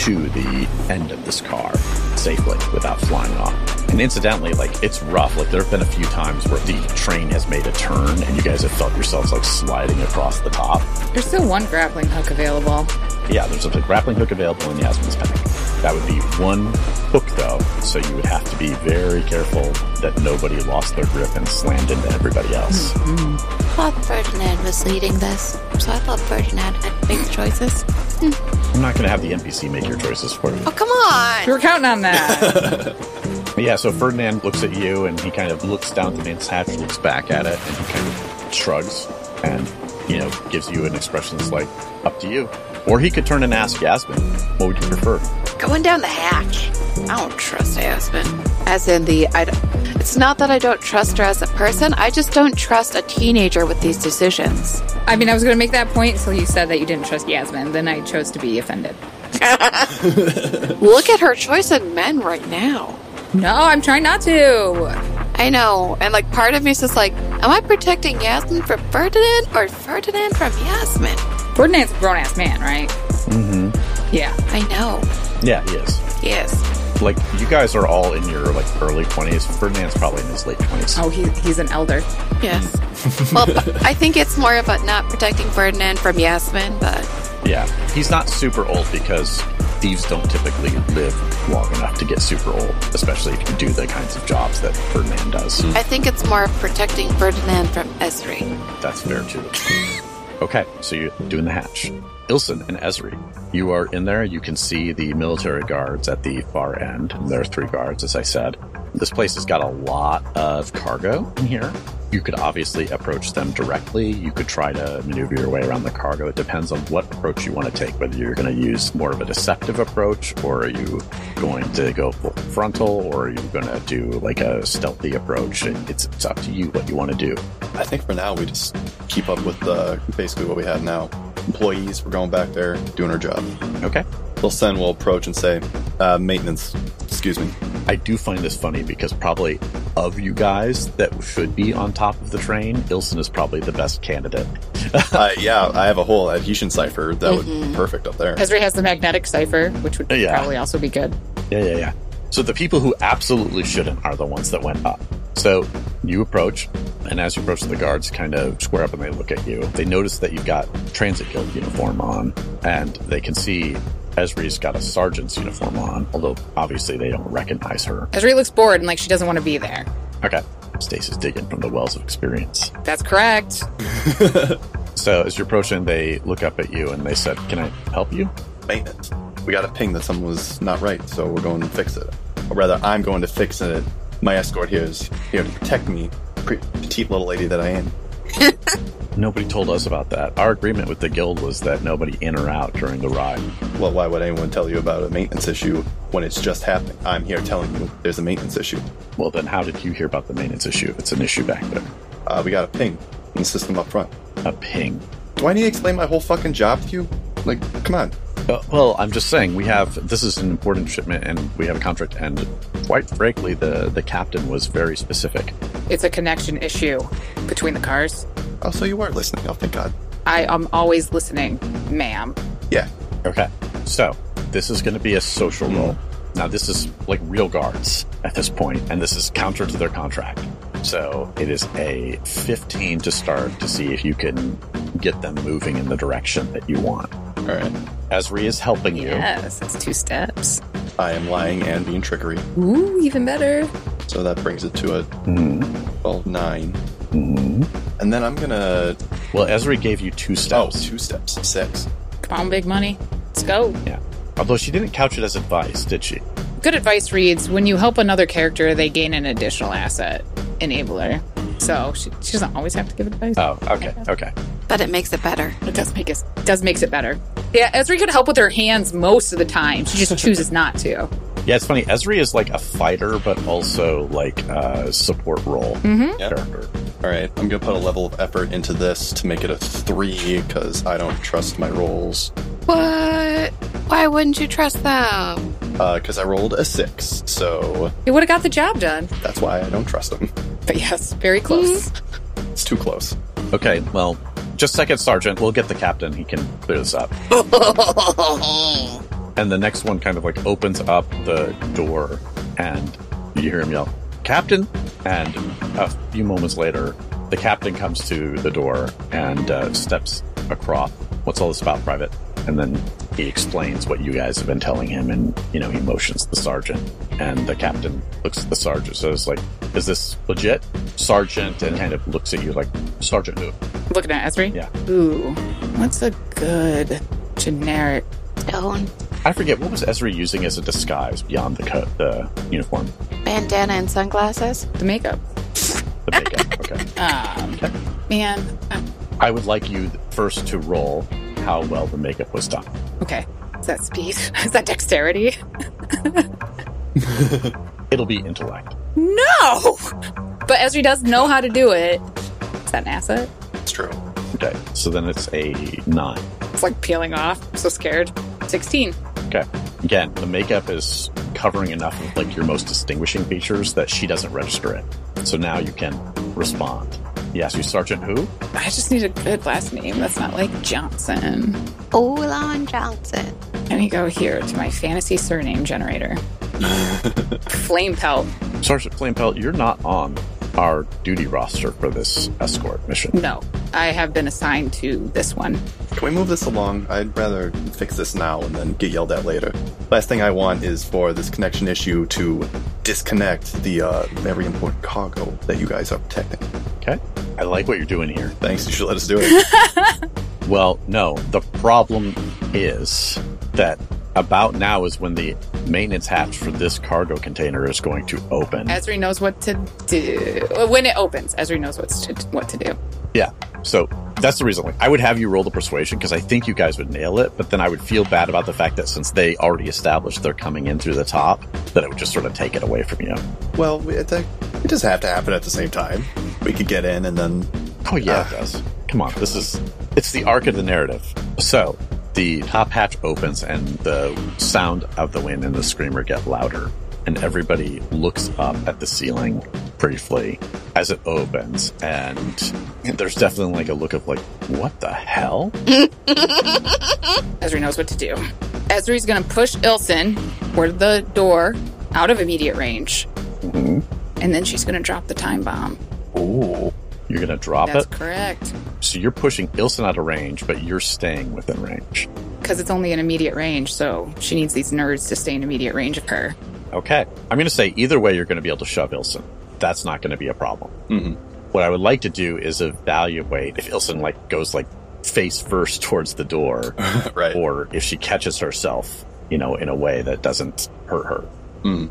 A: to the end of this car safely without flying off. And incidentally, like it's rough. Like there have been a few times where the train has made a turn and you guys have felt yourselves like sliding across the top.
B: There's still one grappling hook available.
A: Yeah, there's a grappling hook available in Yasmin's pack. That would be one hook, though, so you would have to be very careful that nobody lost their grip and slammed into everybody else.
B: Mhm.
D: I thought Ferdinand was leading this, so I thought Ferdinand had made the choices.
A: I'm not going to have the NPC make your choices for you.
D: Oh, come on!
B: We were counting
A: [LAUGHS]
B: on that.
A: But yeah, so Ferdinand looks at you and he kind of looks down at the man's hatch, looks back at it, and he kind of shrugs and, you know, gives you an expression that's like, up to you. Or he could turn and ask Yasmin, what would you prefer?
D: Going down the hatch. I don't trust Aspen. As in the, I. don't- It's not that I don't trust her as a person. I just don't trust a teenager with these decisions.
B: I mean, I was going to make that point until you said that you didn't trust Yasmin. Then I chose to be offended.
D: Look at her choice of men right now.
B: No, I'm trying not to.
D: I know, and like part of me is just like, am I protecting Yasmin from Ferdinand or Ferdinand from Yasmin?
B: Ferdinand's a grown ass man, right?
A: Mm-hmm.
B: Yeah.
D: I know.
A: Yeah, he is.
D: Yes.
A: Like, you guys are all in your, like, early 20s. Ferdinand's probably in his late 20s.
B: Oh, he, he's an elder.
D: Yes. well, I think it's more about not protecting Ferdinand from Yasmin, but
A: Yeah, he's not super old because thieves don't typically live long enough to get super old, especially if you do the kinds of jobs that Ferdinand does.
D: I think it's more of protecting Ferdinand from Esri.
A: That's fair too. okay, so you're doing the hatch. Ilson and Esri, you are in there. You can see the military guards at the far end. There are three guards, as I said. This place has got a lot of cargo in here. You could obviously approach them directly. You could try to maneuver your way around the cargo. It depends on what approach you want to take, whether you're going to use more of a deceptive approach, or are you going to go full frontal, or are you going to do like a stealthy approach? It's, it's up to you what you want to do.
C: I think for now we just keep up with uh, basically what we have now. Employees, we're going back there doing our job.
A: Okay?
C: They'll send, we'll approach and say, uh, maintenance, excuse me.
A: I do find this funny because probably of you guys that should be on top of the train, Ilson is probably the best candidate.
C: uh, yeah, I have a whole adhesion cipher that would
D: Mhm.
C: be perfect up there.
B: Ezri has the magnetic cipher, which would
A: Yeah.
B: probably also be good.
A: Yeah, yeah, yeah. So the people who absolutely shouldn't are the ones that went up. So you approach, and as you approach, the guards kind of square up and they look at you. They notice that you've got Transit Guild uniform on, and they can see Esri's got a sergeant's uniform on, although obviously they don't recognize her.
B: Ezri looks bored and like she doesn't want to be there.
A: Okay. Stasis digging from the wells of experience.
B: That's correct.
A: So as you're approaching, they look up at you and they said, "Can I help you?"
C: Maintenance. We got a ping that something was not right, so we're going to fix it. Or rather, I'm going to fix it. My escort here is here to protect me, pre- petite little lady that I am.
A: Nobody told us about that. Our agreement with the guild was that nobody in or out during the ride.
C: Well, why would anyone tell you about a maintenance issue when it's just happening? I'm here telling you there's a maintenance issue.
A: Well, then how did you hear about the maintenance issue? If it's an issue back there,
C: Uh, we got a ping in the system up front.
A: a ping.
C: Do I need to explain my whole fucking job to you? Like, come on.
A: Uh, well, I'm just saying we have this is an important shipment and we have a contract. And quite frankly, the the captain was very specific.
B: It's a connection issue between the cars.
C: Oh, so you are listening. Oh, thank God.
B: I am always listening, ma'am.
C: Yeah.
A: Okay, so this is going to be a social role. Now, this is like real guards at this point, and this is counter to their contract. So it is a 15 to start to see if you can get them moving in the direction that you want.
C: All right.
A: Esri is helping you.
B: Yes, it's two steps.
C: I am lying and being trickery.
B: Ooh, even better.
C: So that brings it to a
A: Mhm.
C: 12 9.
A: Mhm.
C: And then I'm gonna.
A: Well, Esri gave you two
C: Oh,
A: steps.
C: two steps. Six.
B: Come on, big money. Let's go.
A: Yeah. Although she didn't couch it as advice, did she?
B: Good advice reads when you help another character, they gain an additional asset enabler. So she, she doesn't always have to give advice.
A: Oh, okay, okay.
D: But it makes it better.
B: It does make us does makes it better. Yeah, Ezri could help with her hands most of the time. She
A: [LAUGHS]
B: just chooses not to.
A: Yeah, it's funny. Esri is like a fighter, but also like a support role
B: Mhm.
A: character.
C: All right, I'm gonna put a level of effort into this to make it a three because I don't trust my rolls.
D: What? Why wouldn't you trust them?
C: Because Uh, I rolled a six, so
B: You would have got the job done.
C: that's why I don't trust them.
B: But yes, very close.
C: It's too close.
A: Okay, well, just second sergeant. We'll get the captain. He can clear this up. and the next one kind of like opens up the door, and you hear him yell, "Captain!" And a few moments later, the captain comes to the door and uh, steps across. What's all this about, Private? And then he explains what you guys have been telling him, and you know he motions the sergeant, and the captain looks at the sergeant, says like, "Is this legit, Sergeant?" And kind of looks at you like, "Sergeant, who?"
B: Looking at Esri?
A: Yeah.
B: Ooh, what's a good generic?
D: Stone,
A: I forget what was Esri using as a disguise beyond the co- the uniform,
D: bandana, and sunglasses.
B: The makeup.
A: the makeup. okay.
B: Um,
A: Okay.
B: man. uh,
A: I would like you first to roll how well the makeup was done.
B: Okay. Is that speed? [LAUGHS] Is that dexterity?
A: It'll be intellect.
B: No! But Esri does know how to do it. Is that an asset?
C: It's true.
A: Okay. So then it's a nine.
B: It's like peeling off. I'm so scared. 16.
A: Again, the makeup is covering enough of like your most distinguishing features that she doesn't register it. So now you can respond. Yes, you Sergeant Who?
B: I just need a good last name that's not like Johnson.
D: Olon Johnson.
B: Let me go here to my fantasy surname generator. Flame Pelt.
A: Sergeant Flamepelt, you're not on our duty roster for this escort mission.
B: No, I have been assigned to this one.
C: Can we move this along? I'd rather fix this now and then get yelled at later. Last thing I want is for this connection issue to disconnect the uh, very important cargo that you guys are protecting.
A: Okay. I like what you're doing here.
C: Thanks, you should let us do it.
A: Well, no. The problem is that about now is when the maintenance hatch for this cargo container is going to open.
B: Esri knows what to do. When it opens, Esri knows what's to, what to do.
A: So that's the reason. Like, I would have you roll the persuasion because I think you guys would nail it, but then I would feel bad about the fact that since they already established they're coming in through the top, that it would just sort of take it away from you.
C: well, we, it, it does have to happen at the same time. We could get in and then
A: Oh yeah,
C: Ah.
A: it does. Come on, this is it's the arc of the narrative. So the top hatch opens and the sound of the wind and the screamer get louder, and everybody looks up at the ceiling briefly as it opens, and there's definitely like a look of like, what the hell?
B: Esri knows what to do. Esri's gonna push Ilson toward the door out of immediate range,
A: Mhm.
B: and then she's gonna drop the time bomb.
A: Ooh. You're gonna drop
B: That's
A: it.
B: correct.
A: So you're pushing Ilson out of range, but you're staying within range.
B: Because it's only an immediate range, so she needs these nerds to stay in immediate range of her.
A: Okay. I'm going to say either way, you're going to be able to shove Ilson. That's not going to be a problem.
C: Mhm.
A: What I would like to do is evaluate if Ilson like goes like face first towards the door,
C: [LAUGHS] right.
A: or if she catches herself, you know, in a way that doesn't hurt her.
C: Mm.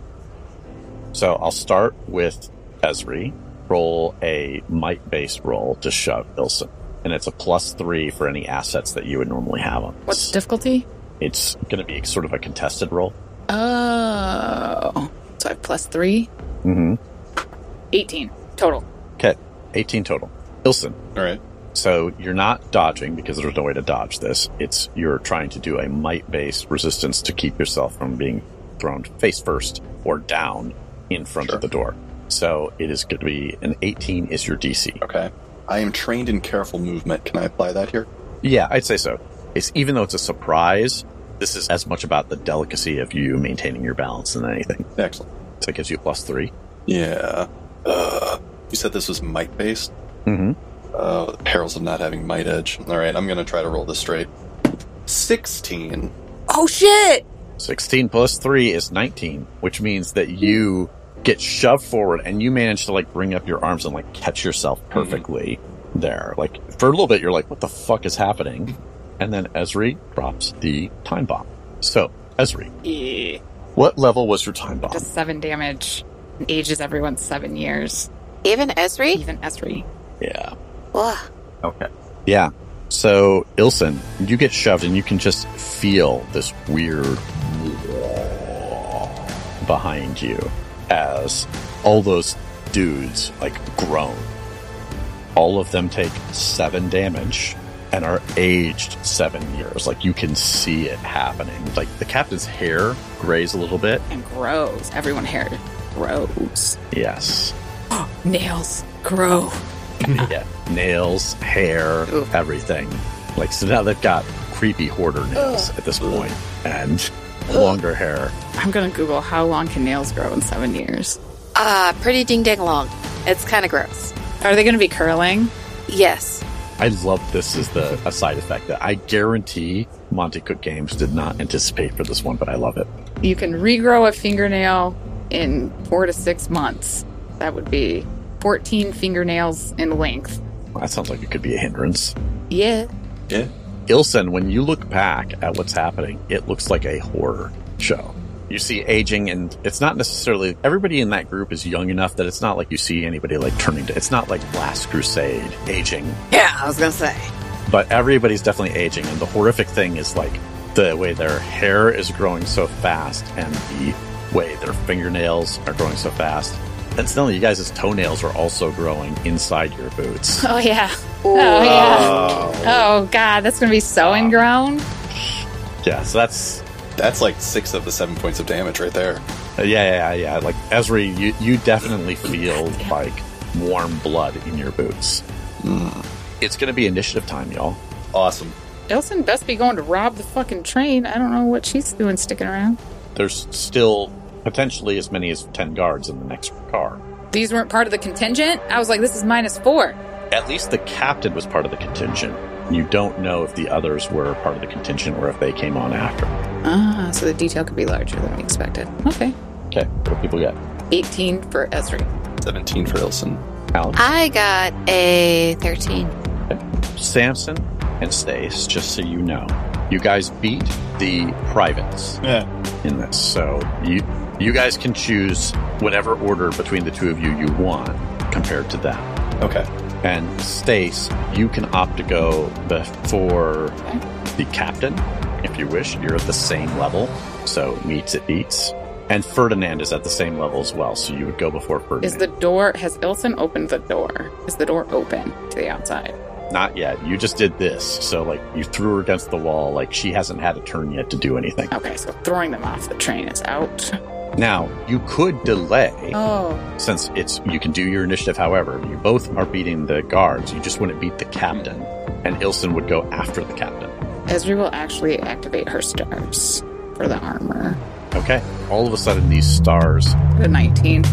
A: So I'll start with Esri. Roll a might based roll to shove Ilson, and it's a plus three for any assets that you would normally have on. this.
B: What's the difficulty?
A: it's going to be sort of a contested roll.
B: Oh. So I have plus three?
A: Mm-hmm.
B: 18 total.
A: Okay, 18 total. Ilson,
C: All right.
A: so you're not dodging because there's no way to dodge this. It's you're trying to do a might based resistance to keep yourself from being thrown face first or down in front
C: Sure.
A: of the door. So it is going to be an 18 is your DC.
C: Okay. I am trained in careful movement. Can I apply that here?
A: Yeah, I'd say so. It's even though it's a surprise, this is as much about the delicacy of you maintaining your balance than anything.
C: Excellent.
A: So it gives you a plus three.
C: Yeah. Uh, you said this was might based?
A: Mm-hmm.
C: Uh, the perils of not having might edge. All right, I'm gonna try to roll this straight. Sixteen.
B: Oh, shit!
A: 16 plus 3 is 19, which means that you get shoved forward and you manage to like bring up your arms and like catch yourself perfectly there. Like for a little bit, you're like, what the fuck is happening? And then Esri drops the time bomb. So, Esri,
B: Yeah.
A: what level was your time bomb?
B: Just seven damage. And Ages everyone seven years.
D: Even Esri?
B: Even Esri.
A: Yeah.
D: Ugh.
A: Okay. Yeah. So, Ilson, you get shoved and you can just feel this weird behind you as all those dudes like groan All of them take seven damage and are aged seven years. Like you can see it happening. Like the captain's hair grays a little bit.
B: And grows. Everyone hair grows.
A: Yes.
B: Nails grow.
A: yeah. Nails, hair,
B: Ooh.
A: everything. Like so now they've got creepy hoarder nails at this point and longer hair.
B: I'm gonna Google how long can nails grow in seven years.
D: Uh, pretty ding dang long. It's kind of gross.
B: Are they gonna be curling?
D: Yes.
A: I love this as the a side effect that I guarantee Monty Cook Games did not anticipate for this one, but I love it.
B: You can regrow a fingernail in four to six months. That would be 14 fingernails in length.
A: That sounds like it could be a hindrance.
B: Yeah.
A: Ilsen, when you look back at what's happening, it looks like a horror show. You see aging, and it's not necessarily everybody in that group is young enough that it's not like you see anybody like turning to. It's not like Last Crusade aging,
D: Yeah, I was gonna say.
A: but everybody's definitely aging. And the horrific thing is like the way their hair is growing so fast, and the way their fingernails are growing so fast. Incidentally, you guys' toenails are also growing inside your
D: [LAUGHS]
A: boots.
B: Oh, yeah. Oh,
A: Uh.
B: yeah. Oh, God. That's gonna be so ingrown.
A: Yeah, so that's
C: That's like six of the seven points of damage right there.
A: Uh, Yeah, yeah, yeah. Like Esri, you you definitely feel like warm blood in your boots. It's gonna be initiative time, y'all.
C: Awesome.
B: Ilson best be going to rob the fucking train. I don't know what she's doing sticking around.
A: There's still potentially as many as ten guards in the next car.
B: These weren't part of the contingent. I was like, this is minus four.
A: At least the captain was part of the contingent. You don't know if the others were part of the contingent or if they came on after.
B: Ah, so the detail could be larger than we expected. Okay.
A: Okay, what people get?
B: 18 for Esri.
C: 17 for Ilson.
A: Alex,
D: I got a 13.
A: Samson, and Stace. Just so you know, you guys beat the privates.
C: Yeah.
A: in this. So you you guys can choose whatever order between the two of you you want compared to them.
C: Okay.
A: And Stace, you can opt to go before the captain if you wish. You're at the same level, so meets it beats. And Ferdinand is at the same level as well, so you would go before Ferdinand.
B: Is the door, has Ilson opened the door? Is the door open to the outside?
A: Not yet. You just did this, so like you threw her against the wall, like she hasn't had a turn yet to do anything.
B: Okay, so throwing them off the train is out.
A: Now you could delay.
B: Oh,
A: since it's you can do your initiative however you both are beating the guards you just wouldn't beat the captain and ilson would go after the captain
B: Ezri will actually activate her stars for the armor.
A: okay all of a sudden these stars
B: The 19.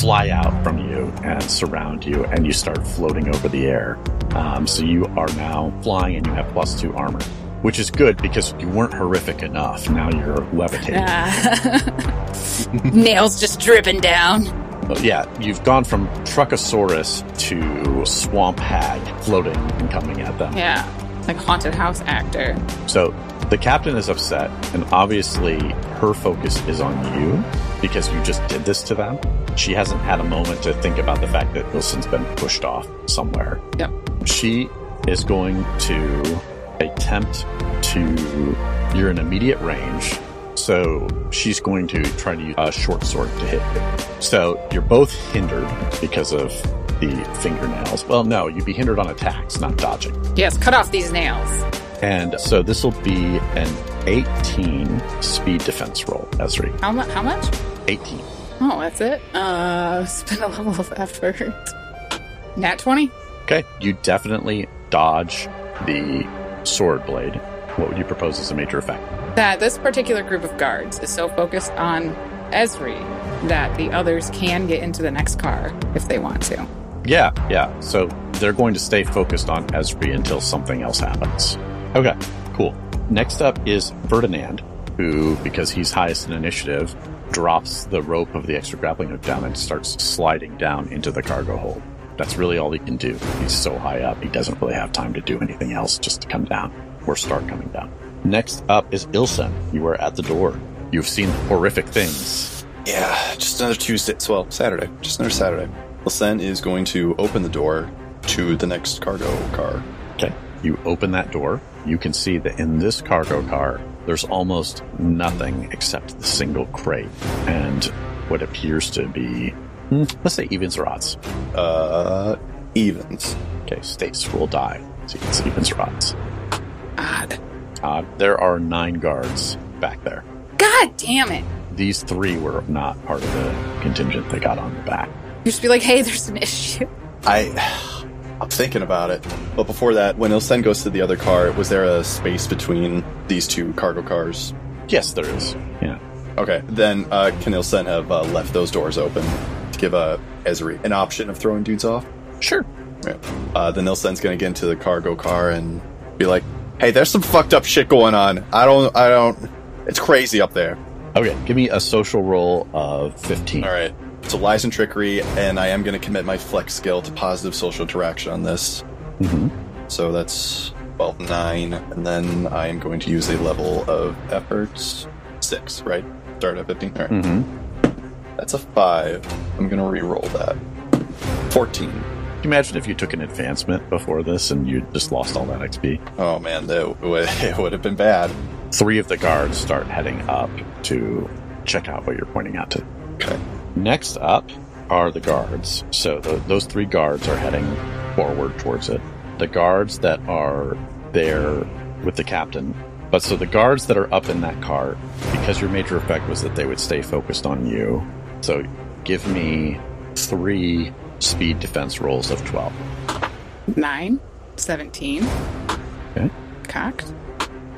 A: fly out from you and surround you and you start floating over the air um, so you are now flying and you have plus two armor which is good because you weren't horrific enough now you're
B: [LAUGHS]
A: levitating
B: Ah. Nails just dripping down.
A: But yeah, you've gone from Truckosaurus to Swamp Hag floating and coming at them.
B: Yeah, like haunted house actor.
A: So the captain is upset, and obviously her focus is on you because you just did this to them. She hasn't had a moment to think about the fact that Wilson's been pushed off somewhere.
B: Yep.
A: She is going to attempt to. You're in immediate range, so she's going to try to use a short sword to hit you. So you're both hindered because of the fingernails. Well, no, you'd be hindered on attacks, not dodging.
B: Yes, cut off these nails.
A: And so this will be an 18 speed defense roll, Esri.
B: How, mu- how much?
A: 18.
B: Oh, that's it. Uh, [LAUGHS] spend a level of effort. Nat 20?
A: Okay. You definitely dodge the sword blade. What would you propose as a major effect?
B: that this particular group of guards is so focused on Esri that the others can get into the next car if they want to.
A: Yeah, yeah. So they're going to stay focused on Esri until something else happens. Okay, cool. Next up is Ferdinand, who, because he's highest in initiative, drops the rope of the extra grappling hook down and starts sliding down into the cargo hold. That's really all he can do. He's so high up, he doesn't really have time to do anything else just to come down or start coming down. Next up is Ilsen. You are at the door. You've seen horrific things.
C: Yeah, just another Tuesday. so, Well, Saturday. Just another Saturday. Lassen is going to open the door to the next cargo car.
A: Okay. You open that door. You can see that in this cargo car, there's almost nothing except the single crate and what appears to be, hmm, let's say evens or odds.
C: Uh, evens.
A: Okay, states will die. So you can see Vince rots.
B: God.
A: Uh, there are nine guards back there.
B: God damn it.
A: These three were not part of the contingent that got on the back.
B: You just be like, hey, there's an issue.
C: I, I'm thinking about it. But before that, when Ilsen goes to the other car, was there a space between these two cargo cars?
A: Yes, there is. Yeah.
C: Okay, then uh, can Ilsen have uh, left those doors open to give uh, Ezri an option of throwing dudes off?
A: Sure.
C: Uh, then Ilsen's gonna get into the cargo car and be like, "Hey, there's some fucked up shit going on. I don't, I don't. It's crazy up there."
A: Okay, give me a social roll of 15.
C: All right. So lies and trickery, and I am gonna commit my flex skill to positive social interaction on this.
A: Mm-hmm.
C: So that's well nine, and then I am going to use a level of efforts six. Right? Start at fifteen. All right.
A: Mm-hmm.
C: That's a five. I'm gonna re-roll that. Fourteen.
A: Can you imagine if you took an advancement before this and you just lost all that XP?
C: Oh man, that would, [LAUGHS] it would have been bad.
A: Three of the guards start heading up to check out what you're pointing out to.
C: Okay.
A: Next up are the guards. So tho- those three guards are heading forward towards it. The guards that are there with the captain. But so the guards that are up in that cart, because your major effect was that they would stay focused on you. So give me three speed defense rolls of 12.
B: Nine, 17.
A: Okay.
B: Cocked.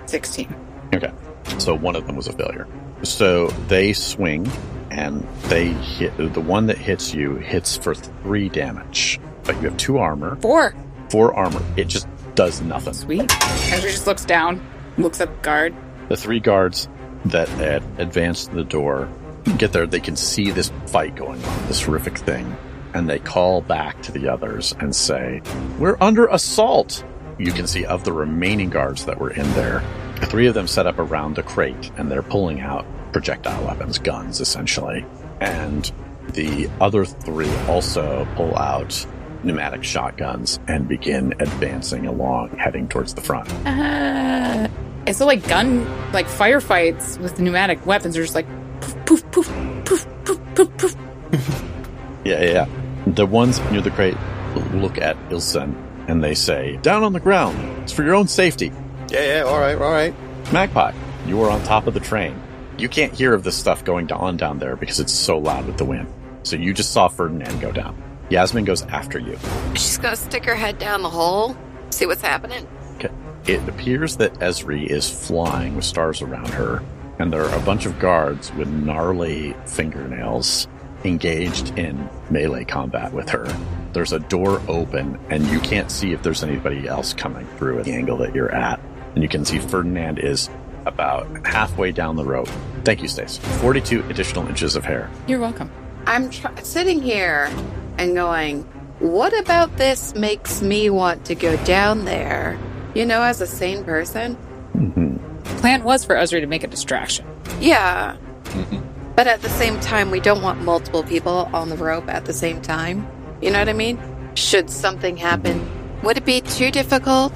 B: 16.
A: Okay. So one of them was a failure. So they swing and they hit the one that hits you hits for three damage. But you have two armor,
B: Four.
A: four armor. It just does nothing.
B: Sweet. Ezra just looks down, looks up guard.
A: The three guards that had advanced to the door get there. They can see this fight going on, this horrific thing. And they call back to the others and say, We're under assault. You can see of the remaining guards that were in there, three of them set up around the crate and they're pulling out projectile weapons, guns essentially. And the other three also pull out pneumatic shotguns and begin advancing along, heading towards the front.
B: Uh, and so, like, gun, like, firefights with pneumatic weapons are just like poof, poof, poof, poof, poof, poof, poof.
A: Yeah, yeah, yeah. The ones near the crate look at Ilsen and they say, Down on the ground. It's for your own safety.
C: Yeah, yeah. All right, all right.
A: Magpie, you are on top of the train. You can't hear of this stuff going on down there because it's so loud with the wind. So you just saw Ferdinand go down. Yasmin goes after you.
D: She's gonna stick her head down the hole, see what's happening.
A: It appears that Esri is flying with stars around her, and there are a bunch of guards with gnarly fingernails engaged in melee combat with her. There's a door open, and you can't see if there's anybody else coming through at the angle that you're at. And you can see Ferdinand is about halfway down the rope. Thank you, Stace. 42 additional inches of hair.
B: You're welcome.
D: I'm tr- sitting here and going, what about this makes me want to go down there? You know, as a sane person?
A: Mm-hmm.
B: Plan was for Ezra to make a distraction.
D: Yeah.
C: Mhm.
D: But at the same time, we don't want multiple people on the rope at the same time. You know what I mean? Should something happen, would it be too difficult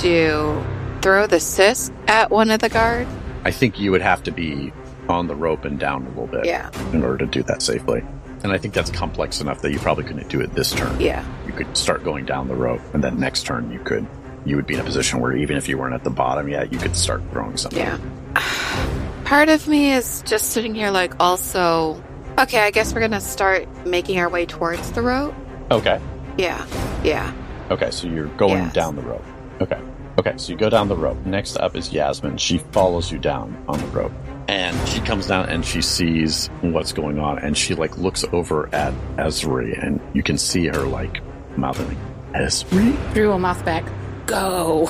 D: to throw the sis at one of the guards?
A: I think you would have to be on the rope and down a little bit
D: Yeah.
A: in order to do that safely. And I think that's complex enough that you probably couldn't do it this turn.
D: Yeah.
A: you could start going down the rope and then next turn you could you would be in a position where even if you weren't at the bottom yet you could start throwing something
D: Yeah. [SIGHS] Part of me is just sitting here, like, also, okay, I guess we're going to start making our way towards the rope.
A: okay
D: Yeah. Yeah.
A: okay so you're going
D: Yes.
A: down the rope okay okay so you go down the rope next up is yasmin she follows you down on the rope and she comes down and she sees what's going on and she like looks over at esri and you can see her like mouthing esri
B: Threw a mouth back. Go.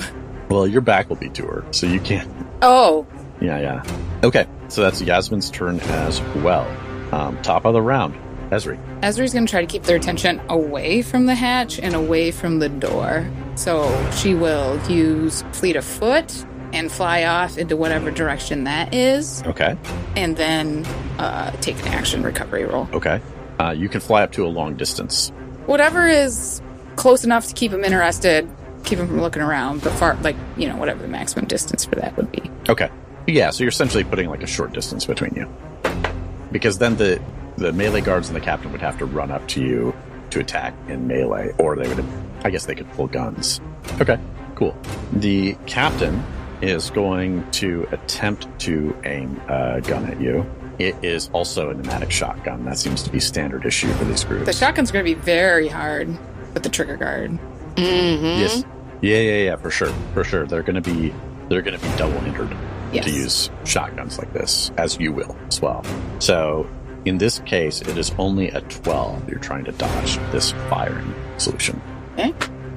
A: well your back will be to her so you can't
B: Oh,
A: Yeah, yeah. Okay, so that's Yasmin's turn as well. Um, top of the round, Ezri.
B: Ezra's going to try to keep their attention away from the hatch and away from the door. So she will use fleet of foot and fly off into whatever direction that is,
A: Okay,
B: and then uh, take an action recovery roll.
A: okay. Uh, you can fly up to a long distance.
B: Whatever is close enough to keep them interested, keep them from looking around, but far, like, you know, whatever the maximum distance for that would be.
A: Okay, yeah. So you're essentially putting like a short distance between you, because then the the melee guards and the captain would have to run up to you to attack in melee, or they would have, I guess they could pull guns. Okay, cool. The captain is going to attempt to aim a gun at you. It is also a pneumatic shotgun. That seems to be standard issue for these groups.
B: The shotgun's going to be very hard with the trigger guard.
D: Mm-hmm.
A: Yes. Yeah, yeah, yeah, for sure. For sure. They're gonna be they're gonna be double hindered
B: Yes.
A: to use shotguns like this, as you will as well. So in this case, it is only a twelve you're trying to dodge this firing solution.
B: Eh?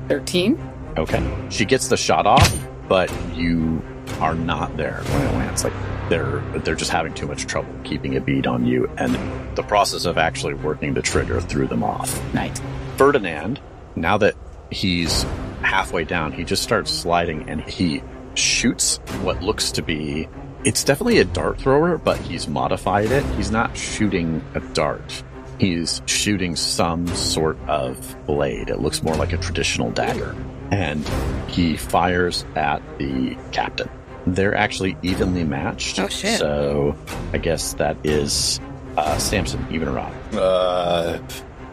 B: 13.
A: Okay. She gets the shot off, but you are not there when it lands. Like they're they're just having too much trouble keeping a bead on you and the process of actually working the trigger threw them off.
B: Night.
A: Ferdinand, now that he's halfway down, he just starts sliding and he shoots what looks to be. It's definitely a dart thrower, but he's modified it. He's not shooting a dart. He's shooting some sort of blade. It looks more like a traditional dagger. And he fires at the captain. They're actually evenly matched.
D: Oh, shit.
A: So I guess that is uh, Samson, even or odd.
C: Uh,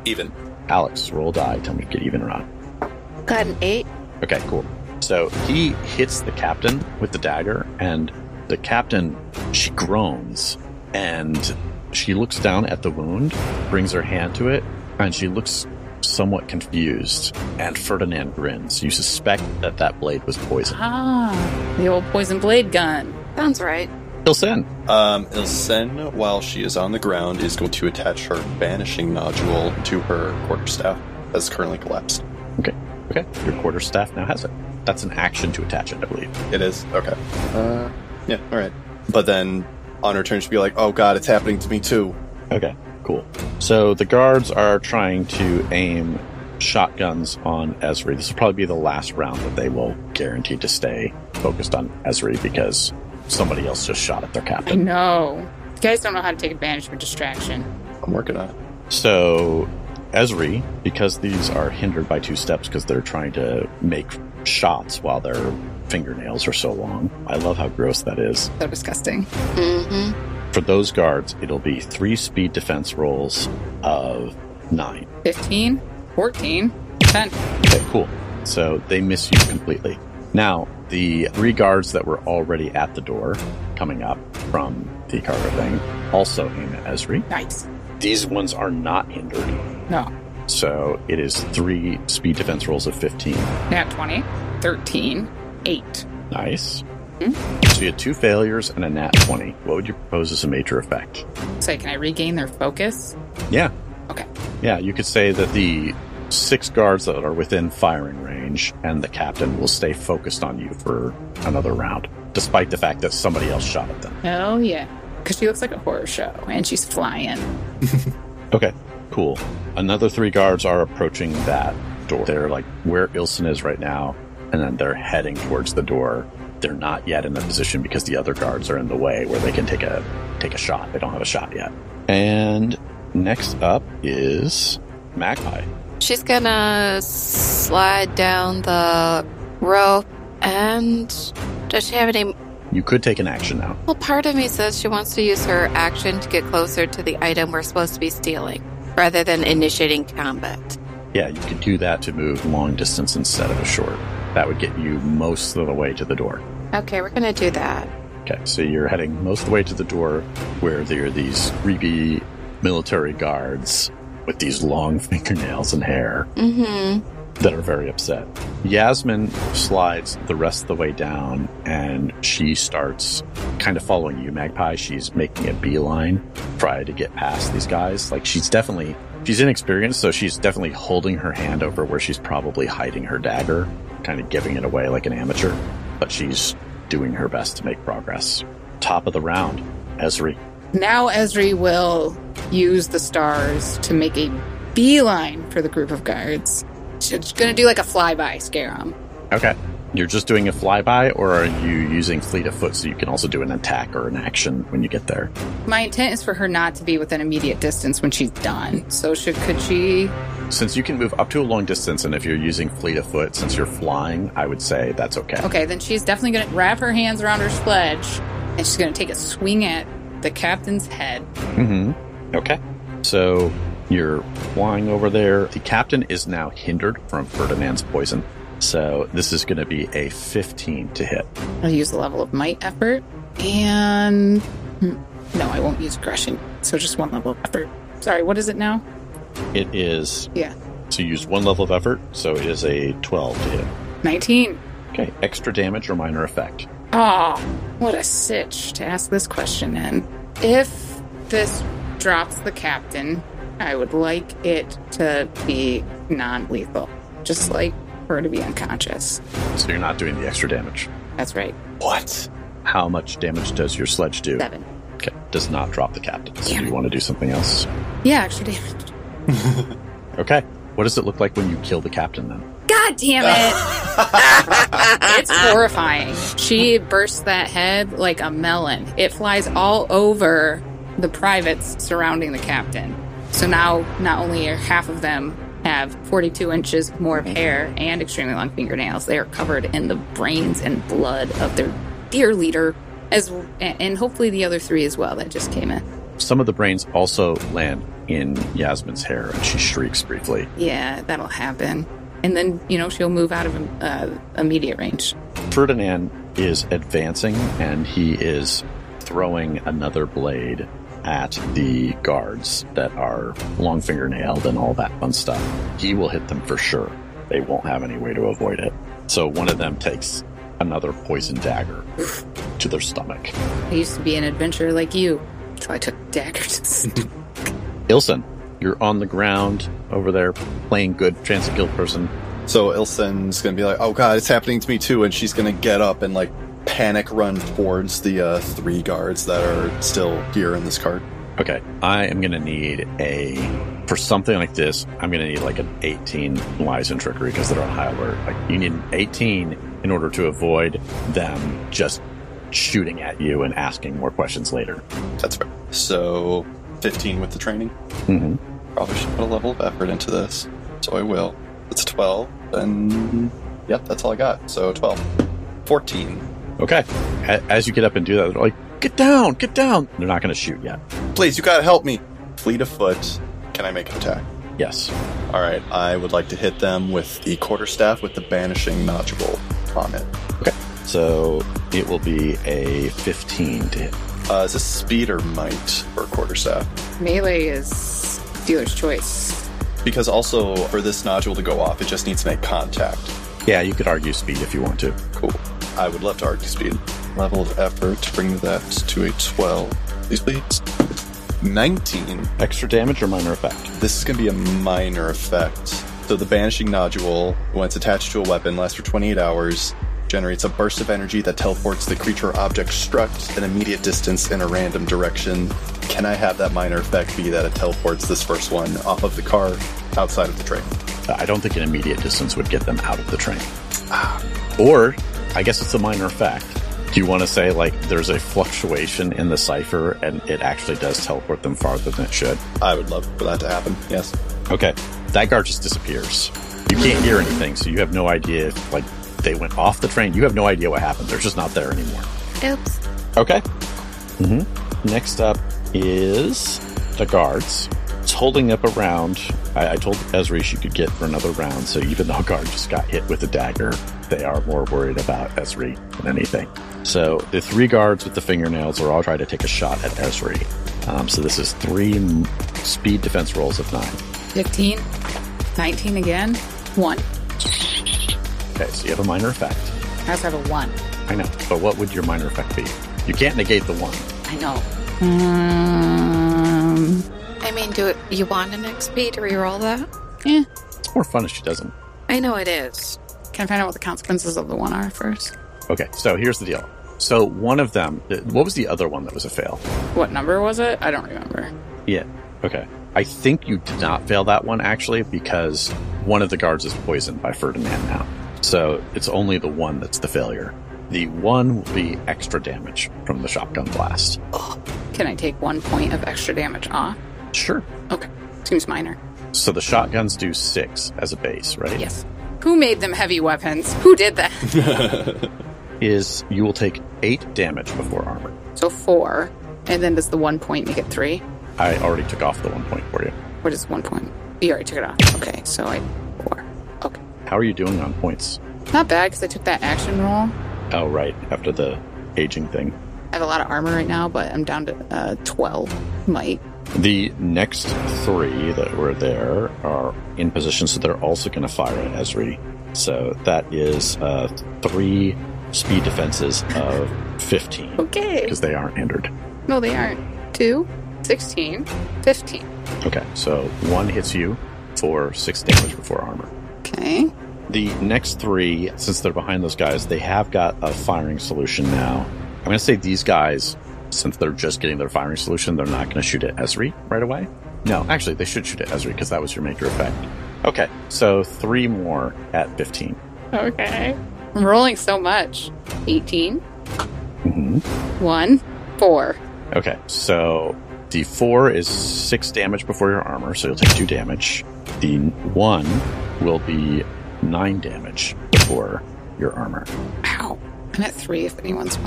C: even.
A: Alex, roll die. Tell me if you get even or odd.
D: Got an eight.
A: Okay, cool. So he hits the captain with the dagger, and the captain, she groans and she looks down at the wound, brings her hand to it, and she looks somewhat confused. And Ferdinand grins. You suspect that that blade was poisoned.
B: Ah, the old poison blade gun.
D: Sounds right.
A: Ilsen,
C: Um, Ilsen, while she is on the ground, is going to attach her vanishing nodule to her quarterstaff that's currently collapsed.
A: okay, your quarterstaff now has it. That's an action to attach it, I believe.
C: It is? Okay. Uh, yeah, alright. But then on her turn, she'd be like, oh god, it's happening to me too.
A: Okay, cool. So the guards are trying to aim shotguns on Esri. This will probably be the last round that they will guarantee to stay focused on Esri because somebody else just shot at their
B: I
A: captain.
B: know. You guys don't know how to take advantage of a distraction.
C: I'm working on it.
A: So Esri, because these are hindered by two steps because they're trying to make shots while their fingernails are so long. I love how gross that is.
B: So disgusting.
D: Mm-hmm.
A: For those guards, it'll be three speed defense rolls of nine.
B: 15, 14, 10.
A: Okay, cool. So they miss you completely. Now, the three guards that were already at the door coming up from the cargo thing also aim at Esri.
B: Nice.
A: These ones are not hindered.
B: No.
A: So it is three speed defense rolls of 15.
B: Nat 20, 13, 8.
A: Nice. So you had two failures and a nat 20. What would you propose as a major effect?
B: So can I regain their focus?
A: Yeah.
B: Okay.
A: Yeah, you could say that the six guards that are within firing range and the captain will stay focused on you for another round, despite the fact that somebody else shot at them.
B: Oh, yeah. Because she looks like a horror show and she's flying.
A: Okay, cool. Another three guards are approaching that door. They're like where Ilson is right now, and then they're heading towards the door. They're not yet in the position because the other guards are in the way where they can take a take a shot. They don't have a shot yet. And next up is Magpie.
D: She's gonna slide down the rope, and does she have any?
A: You could take an action now.
D: Well, part of me says she wants to use her action to get closer to the item we're supposed to be stealing, rather than initiating combat.
A: Yeah, you could do that to move long distance instead of a short. That would get you most of the way to the door.
D: Okay, we're gonna do that.
A: Okay, so you're heading most of the way to the door where there are these creepy military guards with these long [LAUGHS] fingernails and hair
D: Mm-hmm.
A: that are very upset. Yasmin slides the rest of the way down and she starts kind of following you, Magpie. She's making a beeline, try to get past these guys. Like she's definitely she's inexperienced, so she's definitely holding her hand over where she's probably hiding her dagger, kind of giving it away like an amateur. But she's doing her best to make progress. Top of the round, Esri.
B: Now Esri will use the stars to make a beeline for the group of guards. She's gonna do like a flyby, scare them.
A: Okay. You're just doing a flyby, or are you using fleet of foot so you can also do an attack or an action when you get there?
B: My intent is for her not to be within immediate distance when she's done. So should could she?
A: Since you can move up to a long distance, and if you're using fleet of foot, since you're flying, I would say that's okay.
B: Okay, then she's definitely gonna wrap her hands around her sledge, and she's gonna take a swing at the captain's head.
A: Mm-hmm. Okay. So You're flying over there. The captain is now hindered from Ferdinand's poison. So this is going to be a 15 to hit.
B: I'll use the level of might effort. And hmm, no, I won't use aggression. So just one level of effort. Sorry, what is it now?
A: It is.
B: Yeah.
A: So you use one level of effort. So it is a 12 to hit.
B: 19.
A: Okay. Extra damage or minor effect.
B: Oh, what a sitch to ask this question in. If this drops the captain, I would like it to be non lethal, just like her to be unconscious.
A: So you're not doing the extra damage.
B: That's right,
A: What? How much damage does your sledge do?
B: seven.
A: Okay. Does not drop the captain. So
B: Damn
A: you
B: it.
A: want to do something else.
B: Yeah, extra damage.
A: Okay. What does it look like when you kill the captain then?
B: God damn it! it's horrifying. She bursts that head like a melon. It flies all over the privates surrounding the captain. So now, not only are half of them have 42 inches more of hair and extremely long fingernails, they are covered in the brains and blood of their dear leader, as and hopefully the other three as well that just came in.
A: Some of the brains also land in Yasmin's hair and she shrieks briefly.
B: Yeah, that'll happen. And then, you know, she'll move out of uh, immediate range.
A: Ferdinand is advancing and he is throwing another blade at the guards that are long fingernailed and all that fun stuff. He will hit them for sure. They won't have any way to avoid it. So one of them takes another poison dagger to their stomach.
B: I used to be an adventurer like you, so I took daggers.
A: Ilson, you're on the ground over there playing good transit guild person.
C: So Ilsen's gonna be like, "Oh god, it's happening to me too," and she's gonna get up and like panic run towards the uh, three guards that are still here in this cart.
A: Okay, I am gonna need a for something like this. I'm gonna need like an 18 lies and trickery because they're on high alert. Like you need an 18 in order to avoid them just shooting at you and asking more questions later.
C: That's right. So fifteen with the training.
A: Mm-hmm.
C: Probably should put a level of effort into this. So I will. It's twelve, and yep, that's all I got. So twelve. Fourteen.
A: Okay, A- as you get up and do that, they're like, "Get down, get down!" They're not gonna shoot yet.
C: Please, you gotta help me. Fleet of foot. Can I make an attack?
A: Yes.
C: All right, I would like to hit them with the quarterstaff with the banishing nodule on it.
A: So it will be a 15 to hit.
C: Uh, is this speed or might or quarterstaff?
B: Melee is dealer's choice.
C: Because also for this nodule to go off, it just needs to make contact.
A: Yeah, you could argue speed if you want to.
C: Cool. I would love to argue speed. Level of effort to bring that to a 12. Please, please. 19.
A: Extra damage or minor effect?
C: This is going to be a minor effect. So the banishing nodule, when it's attached to a weapon, lasts for 28 hours, generates a burst of energy that teleports the creature or object struck an immediate distance in a random direction. Can I have that minor effect be that it teleports this first one off of the car outside of the train?
A: Uh, I don't think an immediate distance would get them out of the train. Or, I guess it's a minor effect. Do you want to say, like, there's a fluctuation in the cipher and it actually does teleport them farther than it should?
C: I would love for that to happen. Yes.
A: Okay. That guard just disappears. You can't hear anything, so you have no idea if, like, they went off the train. You have no idea what happened. They're just not there anymore.
D: Oops.
A: Okay. hmm Next up is the guards. It's holding up a round. I, I told Ezra she could get for another round, so even though [LAUGHS] a guard just got hit with a dagger, they are more worried about Ezri than anything. So the three guards with the fingernails are all trying to take a shot at Ezri. Um, so this is three m- speed defense rolls of nine.
B: 15, 19 again, 1.
A: Okay, so you have a minor effect.
B: I also have a 1.
A: I know, but what would your minor effect be? You can't negate the one.
B: I know. Um,
D: I mean, do it. You want an XP to reroll that?
B: eh.
A: It's more fun if she doesn't.
D: I know it is.
B: Can I find out what the consequences of the 1 are first?
A: Okay, so here's the deal. So one of them, th- what was the other one that was a fail?
B: What number was it? I don't remember.
A: Yeah. Okay. I think you did not fail that one actually because one of the guards is poisoned by Ferdinand now. So it's only the one that's the failure. The one will be extra damage from the shotgun blast.
B: Can I take one point of extra damage off?
A: Sure.
B: Okay. Seems minor.
A: So the shotguns do six as a base, right?
B: Yes. Who made them heavy weapons? Who did that?
A: Is you will take eight damage before armor.
B: so 4. And then does the 1 point make it 3?
A: I already took off the one point for you.
B: What is one point? You already took it off. Okay, so I four. Okay,
A: How are you doing on points?
B: not bad because I took that action roll.
A: Oh, right. After the aging thing.
B: I have a lot of armor right now, but I'm down to uh, twelve might.
A: The next three that were there are in position, so they're also going to fire at Esri. So that is uh, three speed defenses of 15
B: Okay.
A: because they aren't hindered.
B: No, they aren't. Two, 16, 15.
A: Okay, so one hits you for six damage before armor.
B: Okay.
A: The next three, since they're behind those guys, they have got a firing solution now. I'm going to say these guys, since they're just getting their firing solution, they're not going to shoot at Esri right away. No, actually, they should shoot at Esri because that was your major effect. Okay, so three more at 15.
B: Okay. I'm rolling so much. 18,
A: hmm
B: 1, 4.
A: Okay, so the four is six damage before your armor, so you'll take two damage. The one will be nine damage before your armor.
B: Ow. I'm at 3 if anyone's. [LAUGHS]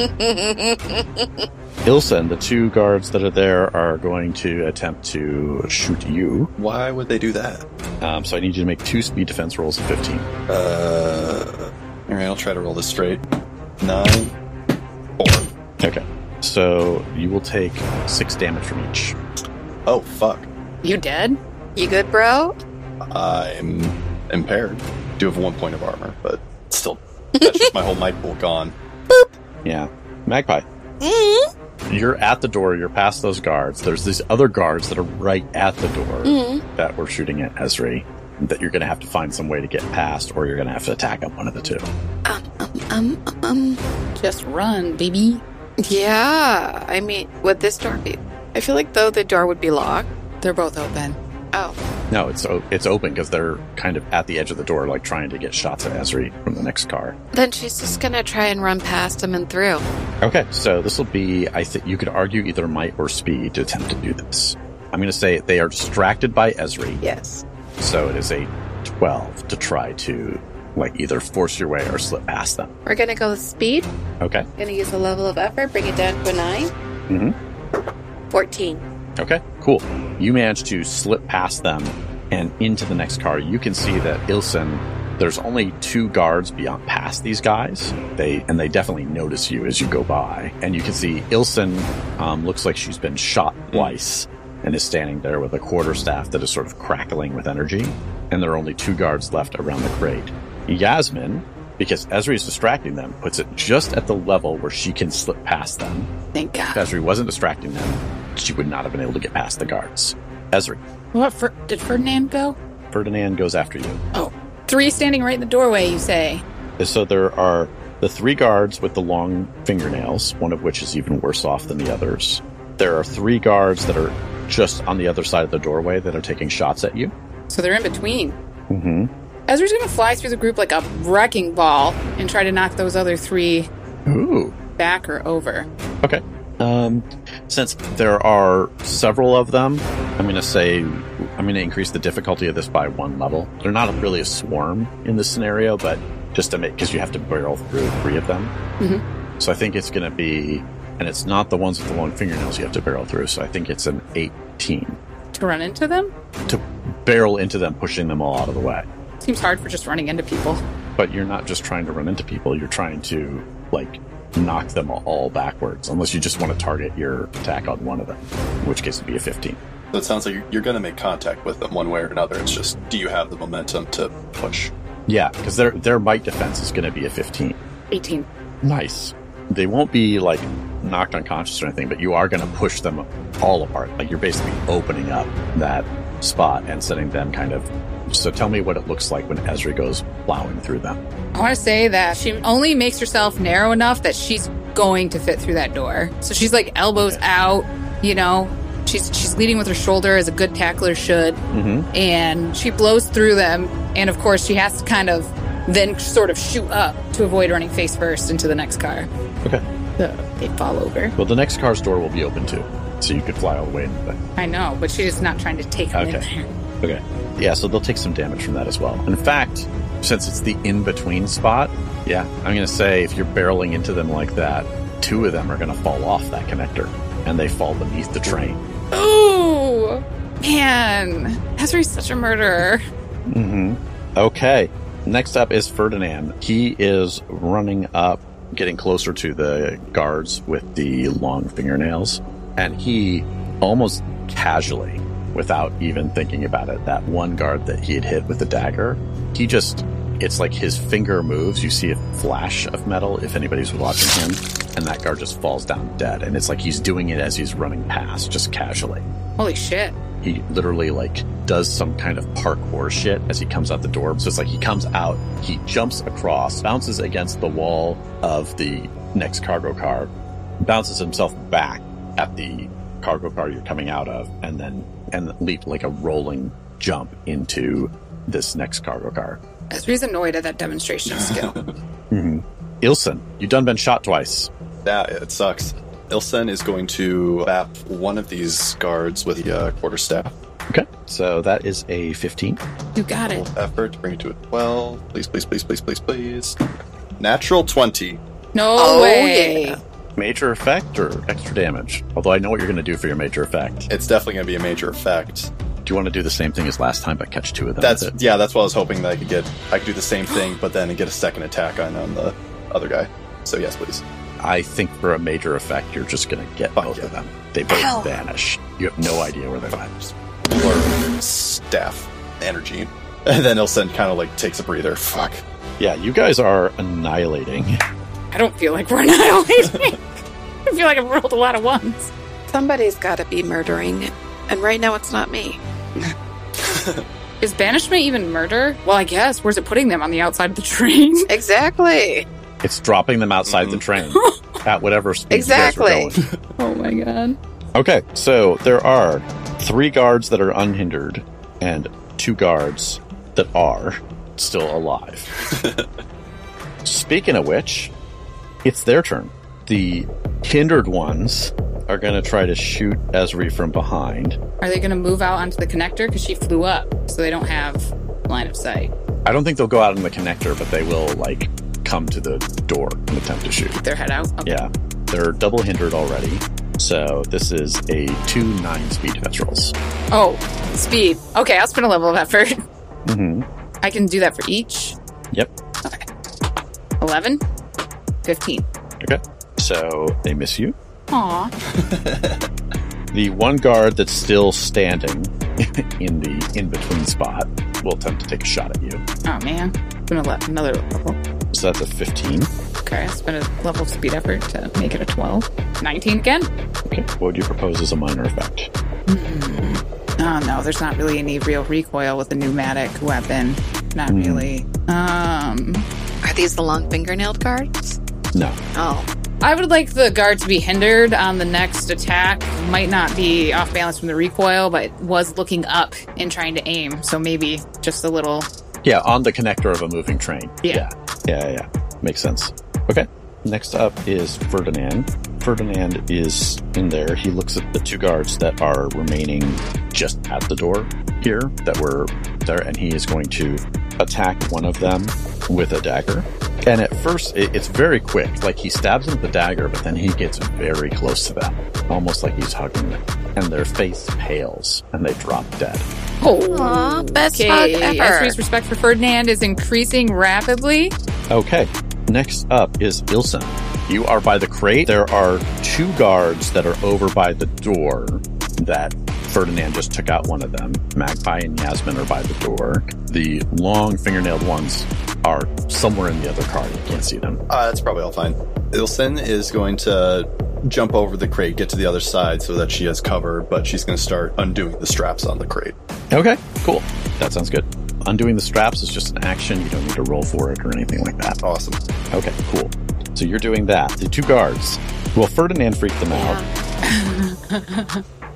A: Ilsen, the two guards that are there are going to attempt to shoot you.
C: Why would they do that?
A: Um, so I need you to make two speed defense rolls of 15.
C: Uh, all right, I'll try to roll this straight. Nine, four.
A: Okay. So you will take six damage from each.
C: Oh fuck!
B: you dead?
D: You good, bro?
C: I'm impaired. Do have one point of armor, but still, that's just my whole [LAUGHS] might pool gone.
A: Yeah. Magpie,
D: Mm-hmm.
A: you're at the door. You're past those guards. There's these other guards that are right at the door that were shooting at Esri that you're going to have to find some way to get past or you're going to have to attack up one of the two.
D: Um, um, um,
B: Just run, baby.
D: yeah. I mean, would this door be? I feel like though the door would be locked.
B: They're both open.
D: Oh,
A: No, it's, o- it's open because they're kind of at the edge of the door, like trying to get shots at Esri from the next car.
D: then she's just gonna try and run past him and through.
A: Okay, so this will be, I think you could argue either might or speed to attempt to do this. I'm going to say they are distracted by Esri,
D: Yes.
A: so it is a 12 to try to, like, either force your way or slip past them.
D: We're gonna go with speed.
A: Okay,
D: Gonna use a level of effort, bring it down to a 9 Mm-hmm. Fourteen.
A: okay, cool. You manage to slip past them and into the next car. You can see that Ilsen, there's only two guards beyond past these guys. They, and they definitely notice you as you go by. And you can see Ilsen, um, looks like she's been shot twice. and is standing there with a quarterstaff that is sort of crackling with energy, and there are only two guards left around the crate. Yasmin, because Ezri is distracting them, puts it just at the level where she can slip past them.
B: Thank
A: If
B: God.
A: Ezri wasn't distracting them, she would not have been able to get past the guards. Ezri,
B: What? Fer- did Ferdinand go? Oh.
A: Ferdinand goes after you.
B: Three standing right in the doorway, you say.
A: So there are the three guards with the long fingernails, one of which is even worse off than the others. There are three guards that are just on the other side of the doorway that are taking shots at you.
B: So they're in between.
A: Mm-hmm.
B: Ezra's gonna fly through the group like a wrecking ball and try to knock those other three
A: Ooh.
B: back or over.
A: Okay. Um, since there are several of them, I'm going to say I'm going to increase the difficulty of this by one level. They're not really a swarm in this scenario, but just to make because you have to barrel through three of them.
B: Mhm.
A: So I think it's going to be, and it's not the ones with the long fingernails you have to barrel through. So I think it's an 18
B: To run into them?
A: to barrel into them, pushing them all out of the way.
B: Seems hard for just running into people.
A: But you're not just trying to run into people; you're trying to like knock them all backwards, unless you just want to target your attack on one of them, in which case it'd be a 15.
C: So it sounds like you're, you're going to make contact with them one way or another. It's just, do you have the momentum to push?
A: Yeah, because their their might defense is going to be a 15.
B: 18.
A: Nice. They won't be like knocked unconscious or anything, but you are going to push them all apart. Like you're basically opening up that spot and setting them kind of. So tell me what it looks like when Ezra goes plowing through them.
B: I want to say that she only makes herself narrow enough that she's going to fit through that door. So she's like elbows
A: Okay.
B: out, you know. She's she's leading with her shoulder as a good tackler should,
A: Mm-hmm.
B: and she blows through them. And of course, she has to kind of then sort of shoot up to avoid running face first into the next car.
A: Okay.
B: So they fall over.
A: Well, the next car's door will be open too, so you could fly all the way into that.
B: I know, but she's just not trying to take them
A: Okay.
B: in there.
A: Okay. Yeah, so they'll take some damage from that as well. In fact, since it's the in between spot, yeah, I'm going to say if you're barreling into them like that, two of them are going to fall off that connector and they fall beneath the train.
B: Ooh! Man, Ezri's such a murderer.
A: hmm Okay. Next up is Ferdinand. He is running up, getting closer to the guards with the long fingernails, and he almost casually, without even thinking about it, that one guard that he had hit with the dagger, he just. It's like his finger moves. You see a flash of metal if anybody's watching him, and that guard just falls down dead. And it's like he's doing it as he's running past, just casually
B: Holy shit.
A: he literally like does some kind of parkour shit as he comes out the door. So it's like he comes out, he jumps across, bounces against the wall of the next cargo car, bounces himself back at the cargo car you're coming out of, and then and leap like a rolling jump into this next cargo car.
B: Ezri's annoyed at that demonstration of skill.
A: Mm-hmm. Ilson, you done been shot twice.
C: That it sucks. Ilsen is going to bap one of these guards with the uh, quarterstaff.
A: Okay, so that is a 15.
B: You got it.
C: Effort to bring it to a twelve. Please, please, please, please, please, please. Natural twenty.
B: No
D: Oh,
B: way.
D: yeah.
A: Major effect or extra damage? Although I know what you're going to do for your major effect.
C: It's definitely going to be a major effect.
A: Do you want to do the same thing as last time, but catch two of them?
C: That's
A: with it?
C: yeah. That's what I was hoping that I could get. I could do the same thing, but then get a second attack on on the other guy. So yes, please.
A: I think for a major effect, you're just going to get
C: Fuck
A: both
C: yeah.
A: of them. They both
D: Ow.
A: vanish. You have no idea where they went.
C: Blur staff energy, [LAUGHS] and then Ilsen kind of like takes a breather. Fuck.
A: Yeah, you guys are annihilating.
B: I don't feel like we're annihilating. [LAUGHS] I feel like I've rolled a lot of ones.
D: Somebody's got to be murdering, and right now it's not me.
B: Is banishment even murder? Well, I guess. Where's it putting them on the outside of the [LAUGHS] train?
D: Exactly.
A: It's dropping them outside the
C: Mhm.
A: train
C: [LAUGHS]
A: at whatever speed you guys were
D: Exactly.
A: going.
B: Oh my god.
A: Okay, so there are three guards that are unhindered and two guards that are still alive. Speaking of which, it's their turn. The hindered ones are going to try to shoot Ezri from behind.
B: Are they going to move out onto the connector? Because she flew up, so they don't have line of sight.
A: I don't think they'll go out in the connector, but they will like come to the door and attempt to shoot.
B: Their head out. Okay.
A: Yeah, they're double hindered already. So this is a two nine speed petrels.
B: Oh, speed. Okay, I'll spend a level of effort.
A: Mm-hmm.
B: I can do that for each.
A: Yep.
B: 11, 15.
A: Okay. So they miss you.
B: Aw.
A: The one guard that's still standing [LAUGHS] in the in between spot will attempt to take a shot at you.
B: Oh man. Spend a le- another level.
A: So that's a fifteen.
B: Okay, I spent a level of speed effort to make it a 12. 19 again?
A: Okay. What would you propose as a minor effect?
B: Oh no, there's not really any real recoil with a pneumatic weapon. Not
A: Hmm.
B: really. Um,
D: Are these the long fingernailed cards?
A: No.
D: Oh,
B: I would like the guard to be hindered on the next attack. Might not be off balance from the recoil, but was looking up and trying to aim. So maybe just a little.
A: Yeah, on the connector of a moving train.
B: Yeah.
A: Yeah, yeah. yeah. Makes sense. Okay. Next up is Ferdinand. Ferdinand is in there. He looks at the two guards that are remaining just at the door here that were there, and he is going to attack one of them with a dagger. And at first, it, it's very quick. Like he stabs him with the dagger, but then he gets very close to them, almost like he's hugging them. And their face pales, and they drop dead.
B: Oh,
D: Aw, best hug ever.
B: Ezri's respect for Ferdinand is increasing rapidly.
A: Okay. Next up is Ilsen. You are by the crate. There are two guards that are over by the door that Ferdinand just took out one of them. Magpie and Yasmin are by the door. The long fingernailed ones are somewhere in the other car. You can't see them.
C: Uh, that's probably all fine. Ilsen is going to jump over the crate, get to the other side so that she has cover, but she's going to start undoing the straps on the crate.
A: Okay, cool. That sounds good. Undoing the straps is just an action. You don't need to roll for it or anything like that.
C: Awesome.
A: Okay, cool. So you're doing that. The two guards. Well, Ferdinand freaked them out.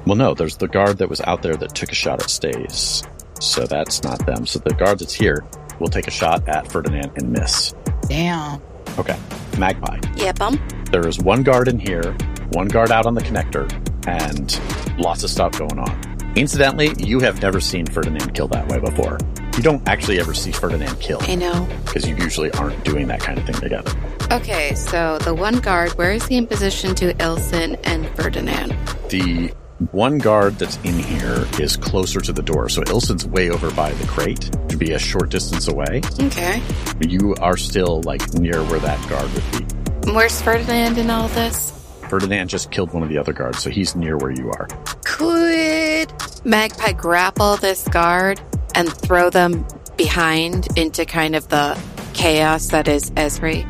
A: well, no, there's the guard that was out there that took a shot at Stays. So that's not them. So the guard that's here will take a shot at Ferdinand and miss.
B: Damn.
A: Okay, Magpie.
D: yep, um,
A: There is one guard in here, one guard out on the connector, and lots of stuff going on. Incidentally, you have never seen Ferdinand kill that way before. You don't actually ever see Ferdinand kill
D: I know.
A: because you usually aren't doing that kind of thing together.
D: Okay, so the one guard, where is he in position to Ilsen and Ferdinand?
A: the One guard that's in here is closer to the door, so Ilson's way over by the crate, to be a short distance away.
D: Okay.
A: You are still like near where that guard would be.
D: Where's Ferdinand in all this?
A: Ferdinand just killed one of the other guards, so he's near where you are.
D: Could Magpie grapple this guard and throw them behind into kind of the chaos that is Esri?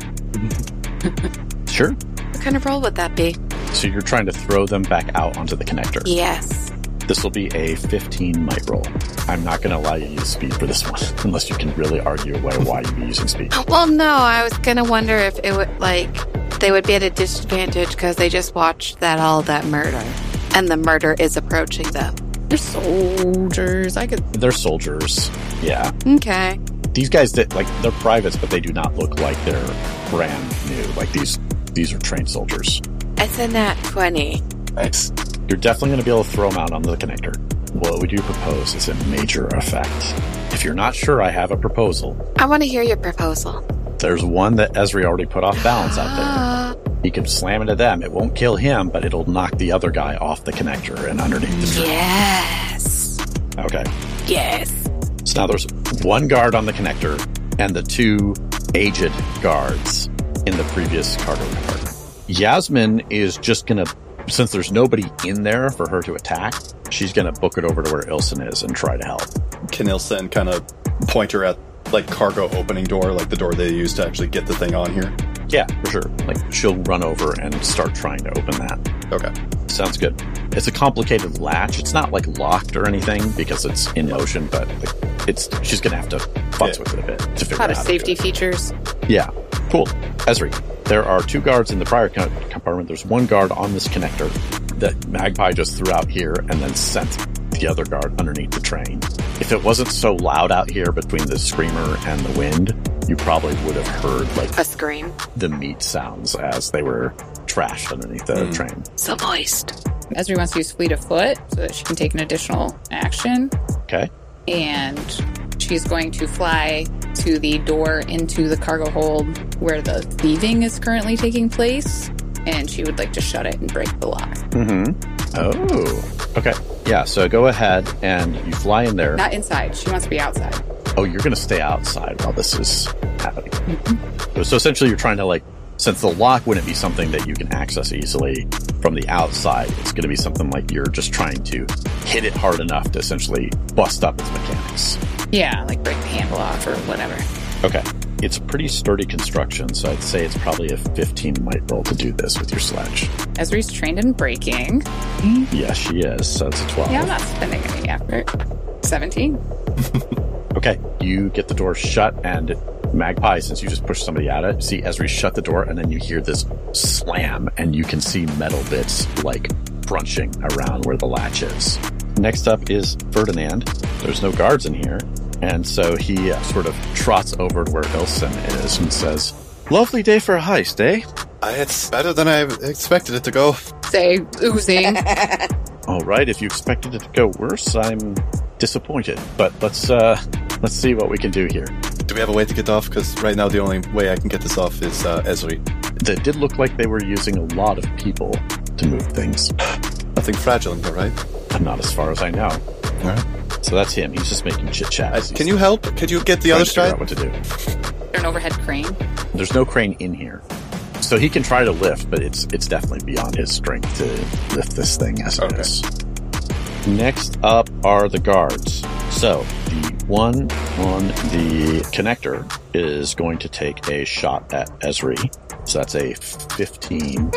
A: Sure.
D: What kind of roll would that be?
A: So you're trying to throw them back out onto the connector.
D: Yes.
A: This will be a 15 might roll. I'm not going to allow you to use speed for this [LAUGHS] one, unless you can really argue away why you'd be using speed.
D: Well, no, I was gonna wonder if it would like they would be at a disadvantage because they just watched that all that murder, and the murder is approaching them.
B: They're soldiers. I could.
A: They're soldiers. Yeah.
D: Okay.
A: These guys that like they're privates, but they do not look like they're brand new. Like these these are trained soldiers.
D: It's a nat twenty.
A: Nice. You're definitely going to be able to throw them out onto the connector. What would you propose as a major effect? If you're not sure, I have a proposal.
D: I want to hear your proposal.
A: There's one that Ezri already put off balance out
D: [GASPS]
A: there. He can slam into them. It won't kill him, but it'll knock the other guy off the connector and underneath the tree.
D: Yes.
A: Okay.
D: Yes.
A: So now there's one guard on the connector and the two aged guards in the previous cargo compartment. Yasmin is just going to, since there's nobody in there for her to attack, she's going to book it over to where Ilson is and try to help.
C: Can Ilsen kind of point her at like cargo opening door, like the door they use to actually get the thing on here?
A: Yeah, for sure. Like she'll run over and start trying to open that.
C: Okay.
A: Sounds good. It's a complicated latch. It's not like locked or anything because it's in motion, but like, it's she's gonna have to futz
C: Yeah.
A: with it a bit to figure
B: A lot
A: out
B: of
A: how to do
B: safety
A: it.
B: features.
A: Yeah, cool. Esri, there are two guards in the prior co- compartment. There's one guard on this connector that Magpie just threw out here and then sent the other guard underneath the train. If it wasn't so loud out here between the screamer and the wind, you probably would have heard like
D: A scream.
A: the meat sounds as they were trashed underneath the
C: Mm.
A: train.
D: So moist.
B: Esri wants to use fleet of foot so that she can take an additional action.
A: Okay.
B: and she's going to fly to the door into the cargo hold where the thieving is currently taking place and she would like to shut it and break the lock
A: Mm-hmm. Oh. Okay. Yeah. So go ahead and you fly in there.
B: not inside she wants to be outside
A: oh, you're going to stay outside while this is happening. So essentially, you're trying to like, since the lock wouldn't be something that you can access easily from the outside, it's going to be something like you're just trying to hit it hard enough to essentially bust up its mechanics.
B: yeah like break the handle off or whatever
A: Okay. It's a pretty sturdy construction, so I'd say it's probably a 15 might roll to do this with your sledge.
B: Ezri's trained in breaking
A: Yeah, she is. So it's a 12.
B: yeah i'm not spending any effort 17
A: Okay, you get the door shut, and Magpie, since you just pushed somebody out it, see Esri shut the door, and then you hear this slam, and you can see metal bits like crunching around where the latch is. Next up is Ferdinand. There's no guards in here, and so he uh, sort of trots over to where Ilson is and says, "Lovely day for a heist, eh?"
C: I, it's better than I expected it to go.
B: say [LAUGHS] oozing
A: All right, if you expected it to go worse, I'm disappointed, but let's uh, let's see what we can do here.
C: Do we have a way to get off? Because right now the only way I can get this off is uh, Ezri.
A: that did look like they were using a lot of people to move things.
C: Nothing fragile in here, right?
A: I'm not as far as I know.
C: All right.
A: So that's him. He's just making chit chat.
C: I,
A: He's
C: can you help? Could you get the
A: trying
C: other
A: to figure out
C: side?
A: What to do?
B: an overhead crane
A: There's no crane in here, so he can try to lift, but it's it's definitely beyond his strength to lift this thing as it
C: Okay.
A: is. Next up are the guards. So the one on the connector is going to take a shot at Esri. So that's a 15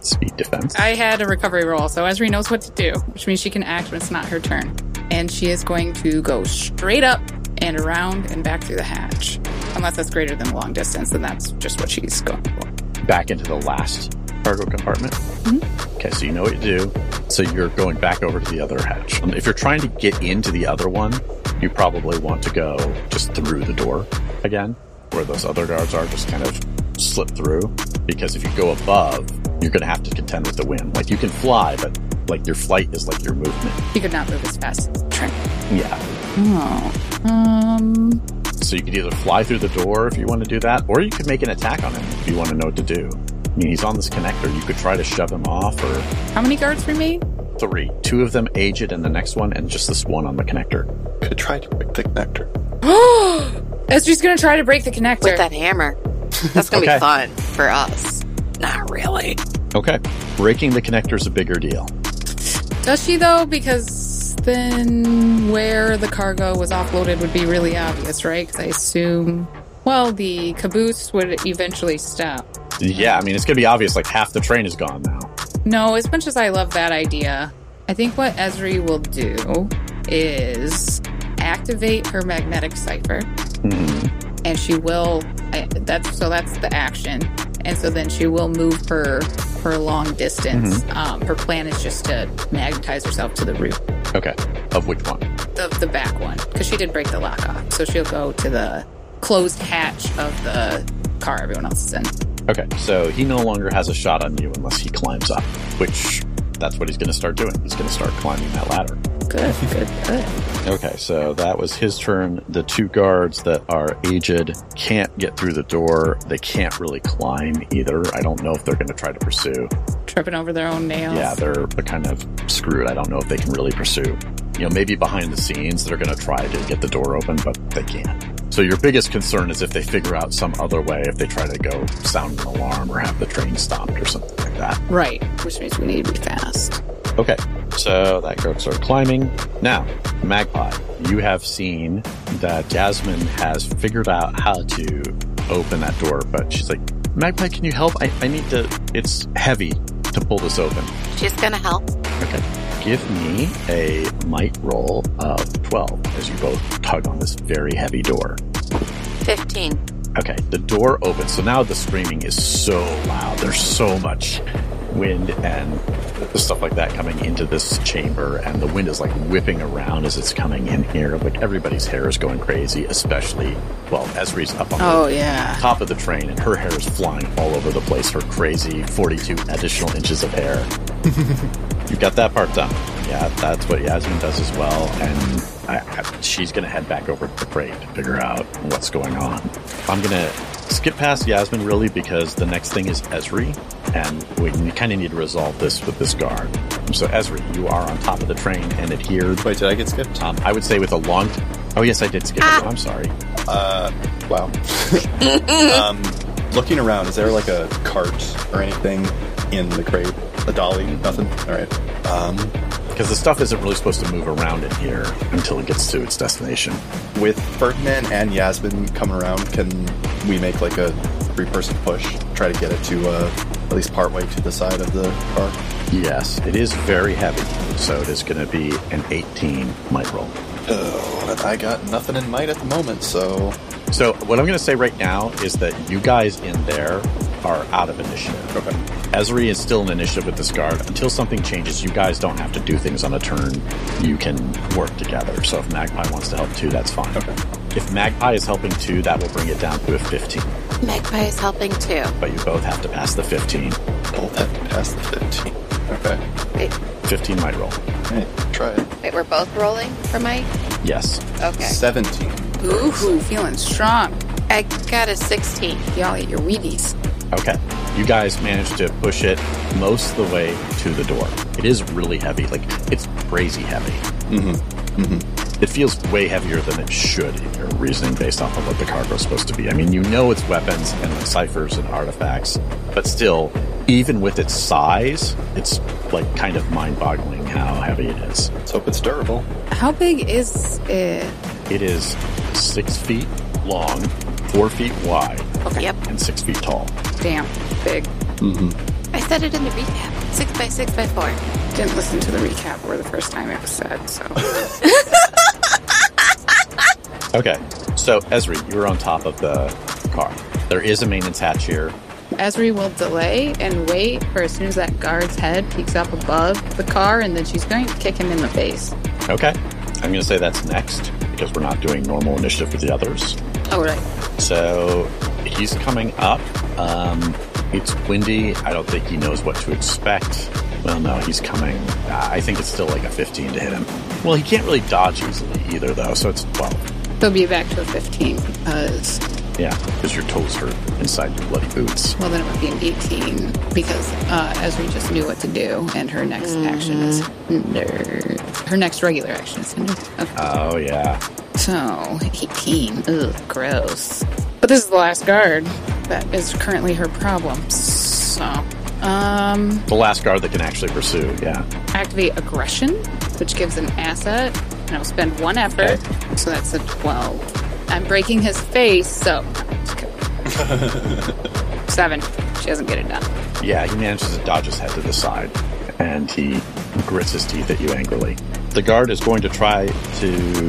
A: speed defense.
B: I had a recovery roll, so Esri knows what to do, which means she can act when it's not her turn. And she is going to go straight up and around and back through the hatch. Unless that's greater than long distance, then that's just what she's going for.
A: back into the last cargo compartment. Okay, so you know what you do. So you're going back over to the other hatch. And if you're trying to get into the other one, you probably want to go just through the door again, where those other guards are, just kind of slip through. Because if you go above, you're going to have to contend with the wind. Like you can fly, but like your flight is like your movement.
B: She could not move as fast as Trent.
A: Yeah.
B: Oh. Um.
A: So you could either fly through the door if you want to do that, or you could make an attack on him if you want to know what to do. I mean, he's on this connector. You could try to shove him off or
B: How many guards remain?
A: three. Two of them aged, and the next one, and just this one on the connector.
C: Could try to break the connector.
B: Ezri's gonna try to break the connector.
D: with that hammer. That's gonna
A: Okay.
D: be fun for us. Not really.
A: Okay. Breaking the connector is a bigger deal.
B: Does she though? Because then where the cargo was offloaded would be really obvious, right? Because I assume, well, the caboose would eventually stop.
A: Yeah, I mean, it's going to be obvious. Like half the train is gone now.
B: No, as much as I love that idea, I think what Ezri will do is activate her magnetic cipher,
A: Hmm.
B: and she will. I, that's so that's the action, and so then she will move her her long distance. Um, her plan is just to magnetize herself to the root.
A: Okay. Of which one?
B: the, the back one because she did break the lock off. So she'll go to the closed hatch of the car everyone else is in.
A: Okay. So he no longer has a shot on you unless he climbs up, which that's what he's going to start doing. He's going to start climbing that ladder.
B: Good, good, good.
A: Okay, so that was his turn. The two guards that are aged can't get through the door. They can't really climb either. I don't know if they're going to try to pursue.
B: Tripping over their own nails.
A: Yeah, they're, they're kind of screwed. I don't know if they can really pursue. You know, maybe behind the scenes they're going to try to get the door open, but they can't. So your biggest concern is if they figure out some other way, if they try to go sound an alarm or have the train stopped or something like that.
B: right, which means we need to be fast.
A: Okay, so that goes are climbing. Now, Magpie, you have seen that Jasmine has figured out how to open that door, but she's like, Magpie, can you help? I, I need to, it's heavy to pull this open.
D: She's gonna help.
A: Give me a might roll of 12 as you both tug on this very heavy door.
D: Fifteen.
A: Okay, the door opens. So now the screaming is so loud. There's so much wind and stuff like that coming into this chamber, and the wind is like whipping around as it's coming in here. Like everybody's hair is going crazy, especially, well, Esri's up on
B: Oh,
A: the
B: yeah.
A: top of the train, and her hair is flying all over the place. Her crazy 42 additional inches of hair. You've got that part done. Yeah, that's what Yasmin does as well. And I, I, she's going to head back over to the crate to figure out what's going on. I'm going to skip past Yasmin really because the next thing is Esri. And we kind of need to resolve this with this guard. So, Esri, you are on top of the train and adhered.
C: Wait, did I get skipped?
A: Um, I would say with a long. T- oh, yes, I did skip it. I'm sorry.
C: Uh, [LAUGHS] wow. um, looking around, is there like a cart or anything in the crate? A dolly? Nothing. All right. Um,
A: Because the stuff isn't really supposed to move around in here until it gets to its destination.
C: with Ferdinand and Yasmin coming around, can we make like a three-person push? Try to get it to uh, at least partway to the side of the car.
A: Yes, it is very heavy, so it is going to be an 18 might roll.
C: Oh, I got nothing in might at the moment, so
A: So what I'm going to say right now is that you guys in there are out of initiative.
C: okay.
A: Ezri is still in initiative with this guard. Until something changes, you guys don't have to do things on a turn. You can work together. So if Magpie wants to help too, that's fine.
C: Okay.
A: If Magpie is helping too, that will bring it down to a 15.
D: Magpie is helping too.
A: But you both have to pass the 15.
C: Pull that past the fifteen. Okay.
D: Wait,
A: 15 might roll.
C: All right. Try it.
D: wait, we're both rolling for Mike?
A: Yes.
D: Okay.
C: Seventeen.
B: Ooh, feeling strong.
D: I got a sixteen.
B: Y'all eat your Wheaties.
A: Okay. You guys managed to push it most of the way to the door. It is really heavy. Like, it's crazy heavy.
C: Mm-hmm.
A: It feels way heavier than it should in your reasoning based off of what the cargo is supposed to be. I mean, you know it's weapons and the ciphers and artifacts, but still, even with its size, it's like kind of mind boggling how heavy it is.
C: Let's hope it's durable.
B: How big is it?
A: It is six feet long, four feet wide,
D: Okay. Yep.
A: and six feet tall.
B: Damn, big.
C: Mm-hmm.
D: I said it in the recap. Six by six by four.
B: Didn't listen to the recap or the first time it was said, so.
A: Okay. So, Ezri, you're on top of the car. There is a maintenance hatch here.
B: [LAUGHS] Esri will delay and wait for as soon as that guard's head peeks up above the car, and then she's going to kick him in the face.
A: Okay. I'm going to say that's next because we're not doing normal initiative with the others.
B: Oh, right.
A: So, he's coming up. Um, it's windy. I don't think he knows what to expect. Well, no, he's coming. I think it's still like a 15 to hit him. Well, he can't really dodge easily either, though, so it's 12.
B: They'll be back to a 15 because
A: Yeah, because your toes hurt inside your bloody boots.
B: Well, then it would be an 18 because uh, Esri just knew what to do, and her next action is hinder. Her next regular action is hinder. Okay.
A: Oh, yeah.
B: So, 18. Ugh, gross. But this is the last guard. That is currently her problem. So, um,
A: The last guard that can actually pursue. Yeah.
B: activate aggression, which gives an asset, and I'll spend one effort. So that's a 12. I'm breaking his face, so. just kidding. Seven. She doesn't get it done.
A: Yeah, he manages to dodge his head to the side and he grits his teeth at you angrily. The guard is going to try to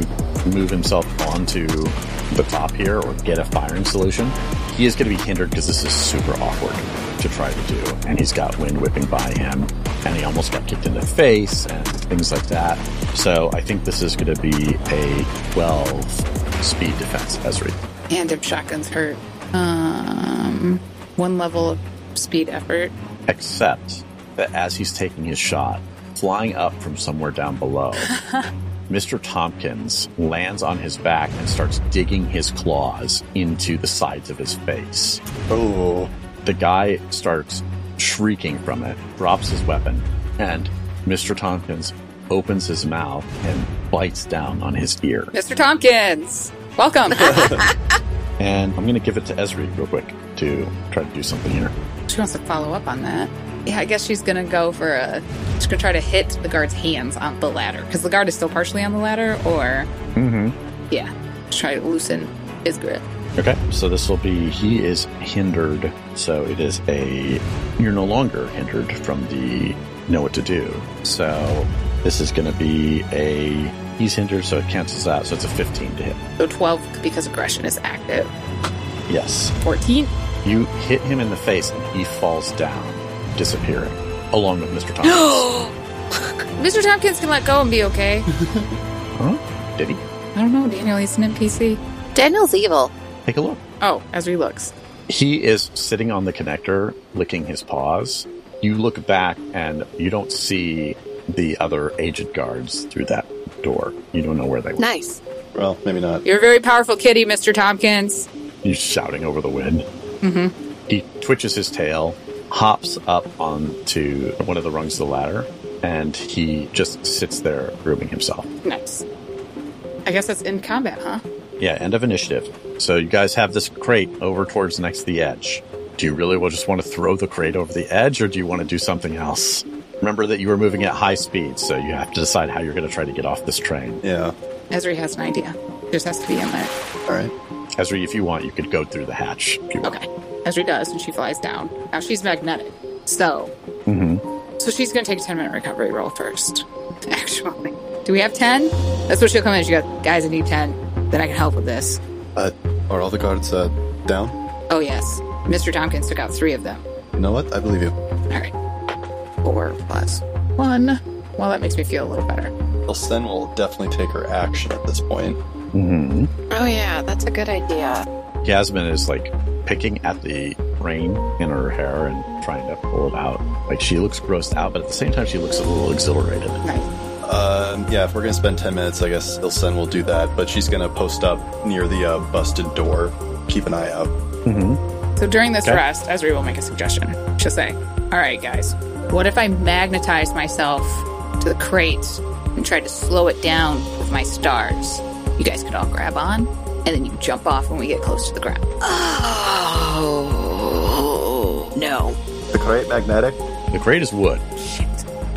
A: move himself onto the top here or get a firing solution. He is going to be hindered because this is super awkward to try to do. And he's got wind whipping by him and he almost got kicked in the face and things like that. So I think this is going to be a 12 speed defense, Esri.
B: And if shotguns hurt, um, one level of speed effort.
A: except that as he's taking his shot, flying up from somewhere down below, Mr. Tompkins lands on his back and starts digging his claws into the sides of his face.
C: Oh.
A: The guy starts shrieking from it, drops his weapon, and Mr. Tompkins opens his mouth and bites down on his ear.
B: Mr. Tompkins, welcome.
A: And I'm going to give it to Esri real quick to try to do something here.
B: she wants to follow up on that. Yeah, I guess she's gonna go for a. She's gonna try to hit the guard's hands on the ladder because the guard is still partially on the ladder, or
A: Mm-hmm.
B: yeah, try to loosen his grip.
A: Okay, so this will be he is hindered, so it is a you're no longer hindered from the know what to do. So this is going to be a he's hindered, so it cancels out, so it's a 15 to hit.
B: So twelve because aggression is active.
A: Yes,
B: Fourteen. [GASPS]
A: you hit him in the face and he falls down, disappearing, along with Mr.
B: [GASPS]
A: Thomas.
B: Mr. Tompkins can let go and be okay.
A: huh? Did he?
B: I don't know, Daniel. He's an NPC.
D: Daniel's evil.
A: Take a look.
B: Oh, as he looks.
A: He is sitting on the connector, licking his paws. You look back and you don't see the other aged guards through that door. You don't know where they were.
D: Nice.
C: Well, maybe not.
B: You're a very powerful kitty, Mr. Tompkins.
A: He's shouting over the wind.
B: Mm-hmm.
A: He twitches his tail, hops up onto one of the rungs of the ladder, and he just sits there grooming himself.
B: Nice. I guess that's in combat, huh?
A: Yeah, end of initiative. So you guys have this crate over towards next to the edge. Do you really just want to throw the crate over the edge, or do you want to do something else? Remember that you were moving at high speed, so you have to decide how you're going to try to get off this train.
C: Yeah.
B: Esri has an idea. Just has to be in there.
C: All right.
A: Esri, if you want, you could go through the hatch. If you want.
B: Okay. Esri does, and she flies down. Now she's magnetic. So,
A: Mm-hmm.
B: so she's going to take a 10 minute recovery roll first. Actually, do we have 10? That's what she'll come in. She goes, guys, I need 10. Then I can help with this.
C: Uh, are all the guards uh, down?
B: Oh, yes. Mr. Tompkins took out three of them.
C: You know what? I believe you.
B: All right. Four plus one. Well, that makes me feel a little better.
C: Elsen will definitely take her action at this point.
A: Mm-hmm.
D: Oh, yeah, that's a good idea.
A: Yasmin is like picking at the rain in her hair and trying to pull it out. Like she looks grossed out, but at the same time, she looks a little exhilarated.
B: Nice.
C: Um, yeah, if we're gonna spend ten minutes, I guess Ilsen will do that. But she's gonna post up near the uh, busted door. Keep an eye out.
A: Mm-hmm.
B: So during this
A: Okay.
B: rest, Ezri will make a suggestion. She'll say, All right, guys, what if I magnetize myself to the crate and try to slow it down with my stars? You guys could all grab on, and then you jump off when we get close to the ground.
D: Oh, no.
C: The crate magnetic.
A: The crate is wood.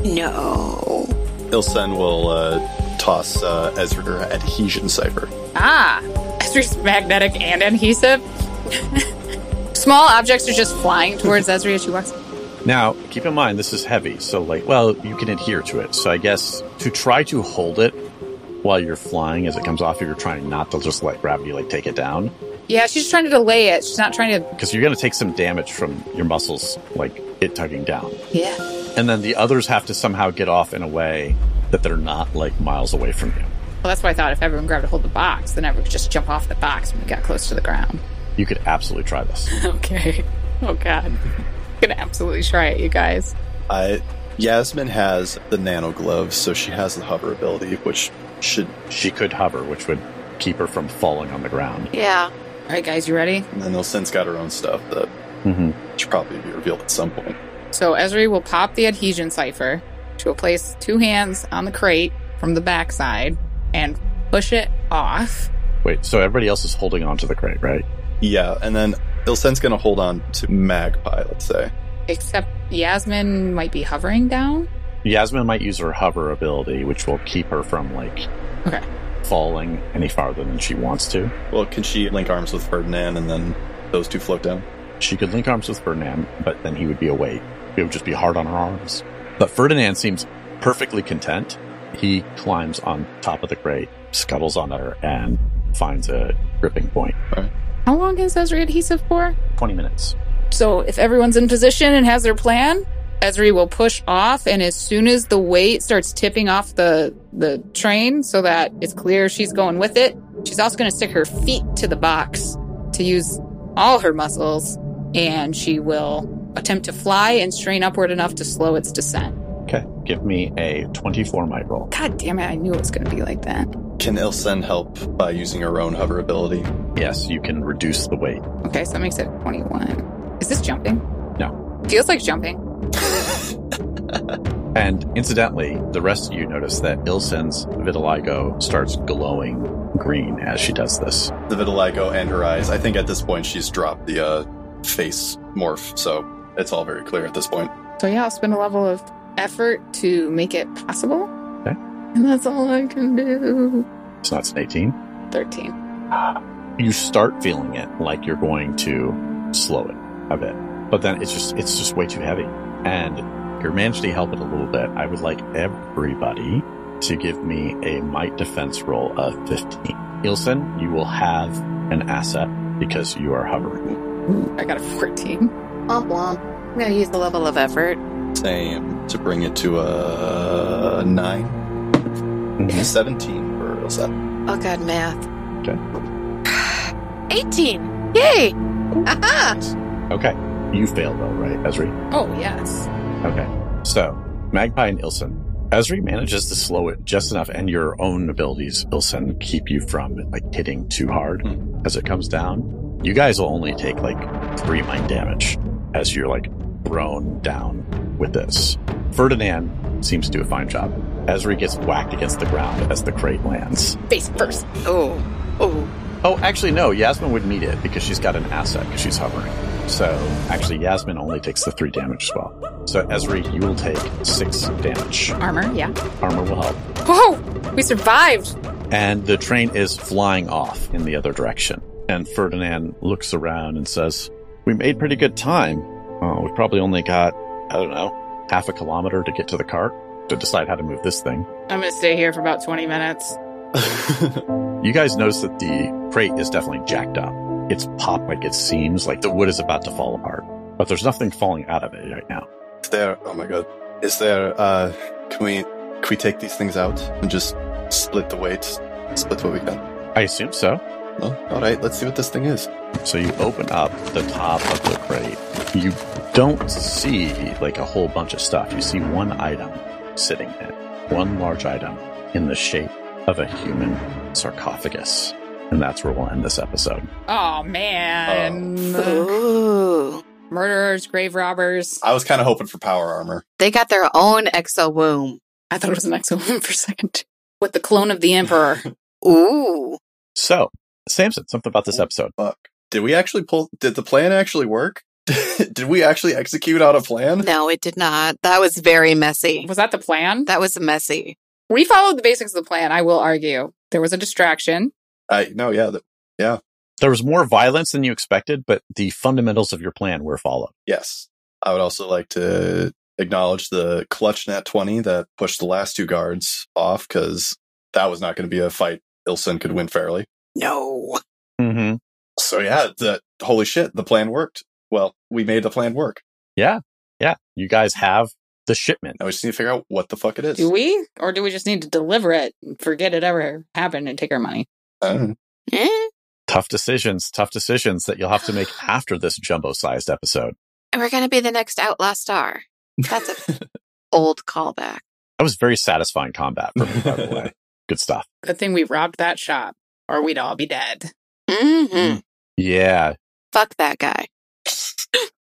D: No.
C: Ilsen will uh, toss uh, Ezra her adhesion cipher.
B: Ah, Ezri's magnetic and adhesive. [LAUGHS] Small objects are just flying towards Ezri as she walks.
A: Now, keep in mind, this is heavy, so like, well, you can adhere to it. So I guess to try to hold it while you're flying as it comes off, if you're trying not to just let gravity like take it down,
B: Yeah, she's trying to delay it. She's not trying to.
A: because you're going to take some damage from your muscles, like it tugging down.
B: Yeah.
A: And then the others have to somehow get off in a way that they're not like miles away from you.
B: Well, that's why I thought if everyone grabbed a hold of the box, then everyone could just jump off the box when we got close to the ground.
A: You could absolutely try this.
B: [LAUGHS] Okay. Oh god. I'm gonna absolutely try it, you guys.
C: I Yasmin has the nano glove, so she has the hover ability, which should
A: She could hover, which would keep her from falling on the ground.
D: Yeah.
B: All right, guys, you ready?
C: And then they'll since got her own stuff that
A: Mm-hmm.
C: should probably be revealed at some point.
B: So Ezri will pop the adhesion cipher. She will place two hands on the crate from the backside and push it off.
A: Wait, so everybody else is holding onto the crate, right?
C: Yeah, and then Ilsen's gonna hold on to Magpie, let's say.
B: Except Yasmin might be hovering down.
A: Yasmin might use her hover ability, which will keep her from like
B: Okay.
A: falling any farther than she wants to.
C: Well, can she link arms with Ferdinand and then those two float down?
A: She could link arms with Ferdinand, but then he would be away. It would just be hard on her arms. But Ferdinand seems perfectly content. He climbs on top of the crate, scuttles on her, and finds a gripping point.
B: How long is Ezri adhesive for?
A: 20 minutes.
B: So if everyone's in position and has their plan, Ezri will push off, and as soon as the weight starts tipping off the the train, so that it's clear she's going with it, she's also going to stick her feet to the box to use all her muscles, and she will attempt to fly and strain upward enough to slow its descent.
A: Okay. Give me a 24 might roll.
B: God damn it! I knew it was going to be like that.
C: Can Ilsen help by using her own hover ability?
A: Yes, you can reduce the weight.
B: Okay, so that makes it twenty-one. Is this jumping?
A: No.
B: Feels like jumping.
A: And incidentally, the rest of you notice that Ilsen's vitiligo starts glowing green as she does this.
C: The vitiligo and her eyes. I think at this point she's dropped the uh, face morph, so it's all very clear at this point.
B: So yeah, I'll spend a level of effort to make it possible.
A: Okay.
B: And that's all I can do.
A: So that's an 18.
B: Thirteen.
A: You start feeling it like you're going to slow it a bit, but then it's just it's just way too heavy, and you're managing to help it a little bit. I would like everybody to give me a might defense roll of 15. Ilsen, you will have an asset because you are hovering.
B: Ooh, I got a fourteen.
D: Womp womp. I'm going to use the level of effort.
C: Same. To bring it to uh, a 9. Mm-hmm. 17 for [LAUGHS] Ilsen.
D: Oh, God, math. [SIGHS]
A: Okay.
D: 18. Yay. Aha.
A: Okay, you fail though, right, Ezri?
B: Oh yes.
A: Okay. So, Magpie and Ilsen. Ezri manages to slow it just enough, and your own abilities, Ilsen, keep you from like hitting too hard as it comes down. You guys will only take like three mind damage as you're like thrown down with this. Ferdinand seems to do a fine job. Ezri gets whacked against the ground as the crate lands.
B: Face first.
D: Oh. Oh.
A: Oh, actually, no. Yasmin would need it because she's got an asset because she's hovering. So, actually, Yasmin only takes the three damage as well. So, Ezri, you will take six damage.
B: Armor. Yeah.
A: Armor will help.
B: Whoa! We survived.
A: And the train is flying off in the other direction. And Ferdinand looks around and says, We made pretty good time. Oh, we probably only got, I don't know, half a kilometer to get to the cart to decide how to move this thing.
B: I'm gonna stay here for about twenty minutes.
A: You guys notice that the crate is definitely jacked up. It's popped like it seems, like the wood is about to fall apart. But there's nothing falling out of it right now.
C: Is there, oh my god. Is there, uh, can we, can we take these things out and just split the weight? Split what we can.
A: I assume so.
C: Well, alright, let's see what this thing is.
A: So you open up the top of the crate. You don't see like a whole bunch of stuff. You see one item sitting in it, one large item in the shape of a human sarcophagus. And that's where we'll end this episode.
B: Oh man.
D: Oh. Ooh.
B: [LAUGHS] Murderers, grave robbers.
C: I was kind of hoping for power armor.
D: [LAUGHS] They got their own exo womb.
B: I thought it was an exo [LAUGHS] for a second. With the clone of the emperor.
D: Ooh.
A: So, Samson, something about this episode.
C: Fuck. [LAUGHS] Did we actually pull? Did the plan actually work? [LAUGHS] did we actually execute on a plan?
D: No, it did not. That was very messy.
B: was that the plan?
D: That was messy.
B: We followed the basics of the plan. I will argue there was a distraction.
C: I no, yeah, th-
A: There was more violence than you expected, but the fundamentals of your plan were followed.
C: yes. I would also like to acknowledge the clutch nat twenty that pushed the last two guards off because that was not going to be a fight Ilsen could win fairly.
D: No.
A: Mm-hmm.
C: So yeah, the holy shit, the plan worked. Well, we made the plan work.
A: Yeah. Yeah. You guys have the shipment.
C: Now we just need to figure out what the fuck it is.
B: Do we? Or do we just need to deliver it and forget it ever happened and take our money?
C: I don't know.
D: Eh?
A: Tough decisions, tough decisions that you'll have to make after this jumbo sized episode.
D: And we're going to be the next Outlaw Star.
C: [LAUGHS]
D: That's an old callback.
A: That was very satisfying combat for me, by the way. Good stuff.
B: Good thing we robbed that shop, or we'd all be dead.
A: Mm.
D: Mm-hmm.
A: Yeah.
D: Fuck that guy.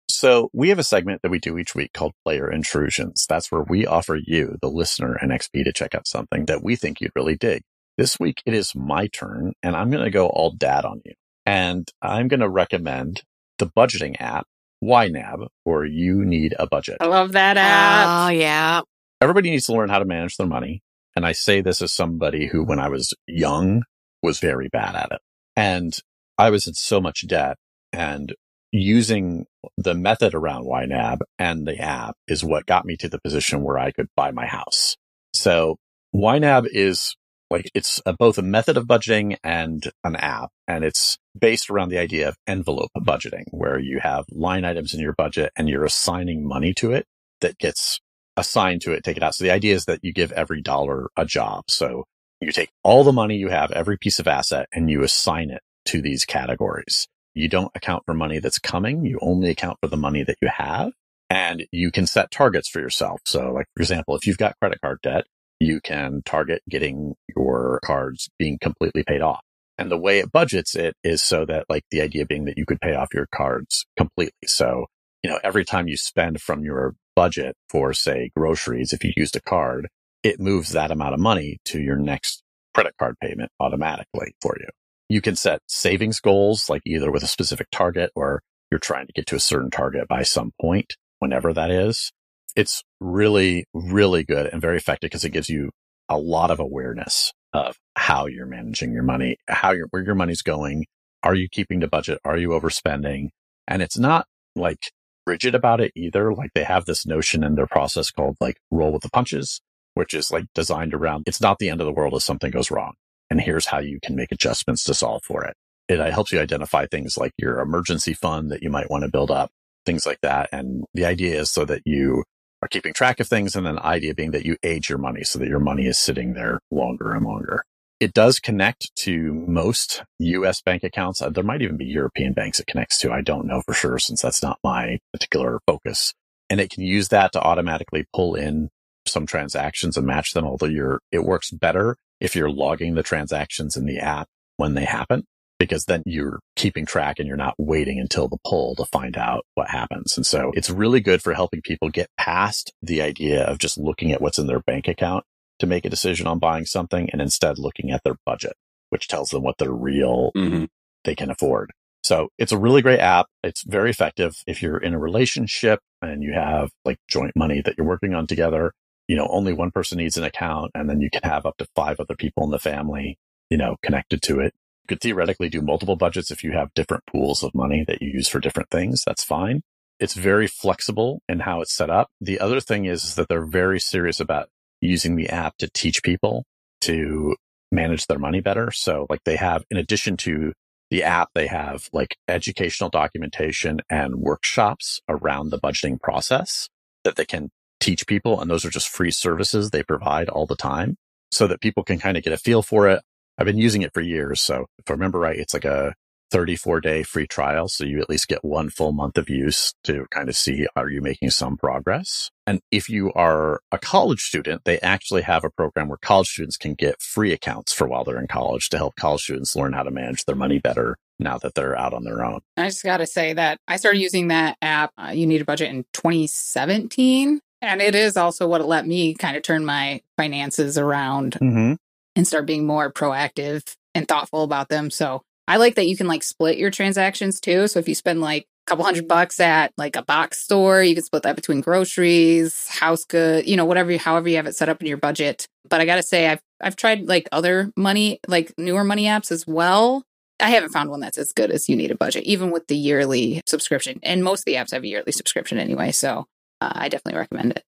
A: So we have a segment that we do each week called Player Intrusions. That's where we offer you, the listener, an XP to check out something that we think you'd really dig. This week it is my turn, and I'm going to go all dad on you. And I'm going to recommend the budgeting app, YNAB, or You Need a Budget.
B: I love that app.
D: Oh, yeah.
A: Everybody needs to learn how to manage their money. And I say this as somebody who, when I was young, was very bad at it. And I was in so much debt. And using the method around YNAB and the app is what got me to the position where I could buy my house. So YNAB is like, it's a, both a method of budgeting and an app. And it's based around the idea of envelope budgeting, where you have line items in your budget and you're assigning money to it that gets assigned to it, take it out. So the idea is that you give every dollar a job. So you take all the money you have, every piece of asset, and you assign it to these categories. You don't account for money that's coming. You only account for the money that you have and you can set targets for yourself. So like, for example, if you've got credit card debt, you can target getting your cards being completely paid off. And the way it budgets it is so that like the idea being that you could pay off your cards completely. So, you know, every time you spend from your budget for say groceries, if you used a card, it moves that amount of money to your next credit card payment automatically for you. You can set savings goals, like either with a specific target or you're trying to get to a certain target by some point, whenever that is. It's really, really good and very effective because it gives you a lot of awareness of how you're managing your money, how your, where your money's going. Are you keeping to budget? Are you overspending? And it's not like rigid about it either. Like they have this notion in their process called like roll with the punches, which is like designed around it's not the end of the world if something goes wrong. And here's how you can make adjustments to solve for it. It uh, helps you identify things like your emergency fund that you might want to build up, things like that. And the idea is so that you are keeping track of things. And then the idea being that you age your money so that your money is sitting there longer and longer. It does connect to most US bank accounts. Uh, There might even be European banks it connects to. I don't know for sure since that's not my particular focus. And it can use that to automatically pull in some transactions and match them. Although you're, it works better if you're logging the transactions in the app when they happen, because then you're keeping track and you're not waiting until the pull to find out what happens. And so it's really good for helping people get past the idea of just looking at what's in their bank account to make a decision on buying something and instead looking at their budget, which tells them what their real
C: Mm-hmm.
A: they can afford. So it's a really great app. It's very effective if you're in a relationship and you have like joint money that you're working on together. You know, only one person needs an account and then you can have up to five other people in the family, you know, connected to it. You could theoretically do multiple budgets if you have different pools of money that you use for different things. That's fine. It's very flexible in how it's set up. The other thing is that they're very serious about using the app to teach people to manage their money better. So like they have, in addition to the app, they have like educational documentation and workshops around the budgeting process that they can teach people. And those are just free services they provide all the time so that people can kind of get a feel for it. I've been using it for years. So if I remember right, it's like a 34 day free trial. So you at least get one full month of use to kind of see are you making some progress? And if you are a college student, they actually have a program where college students can get free accounts for while they're in college to help college students learn how to manage their money better now that they're out on their own.
B: I just got to say that I started using that app, uh, You Need a Budget, in 2017. And it is also what let me kind of turn my finances around
A: Mm-hmm.
B: and start being more proactive and thoughtful about them. So I like that you can like split your transactions too. So if you spend like a couple hundred bucks at like a box store, you can split that between groceries, house good, you know, whatever, you- however you have it set up in your budget. But I gotta say, I've I've tried like other money, like newer money apps as well. I haven't found one that's as good as you need a budget, even with the yearly subscription. And most of the apps have a yearly subscription anyway, so uh, I definitely recommend it.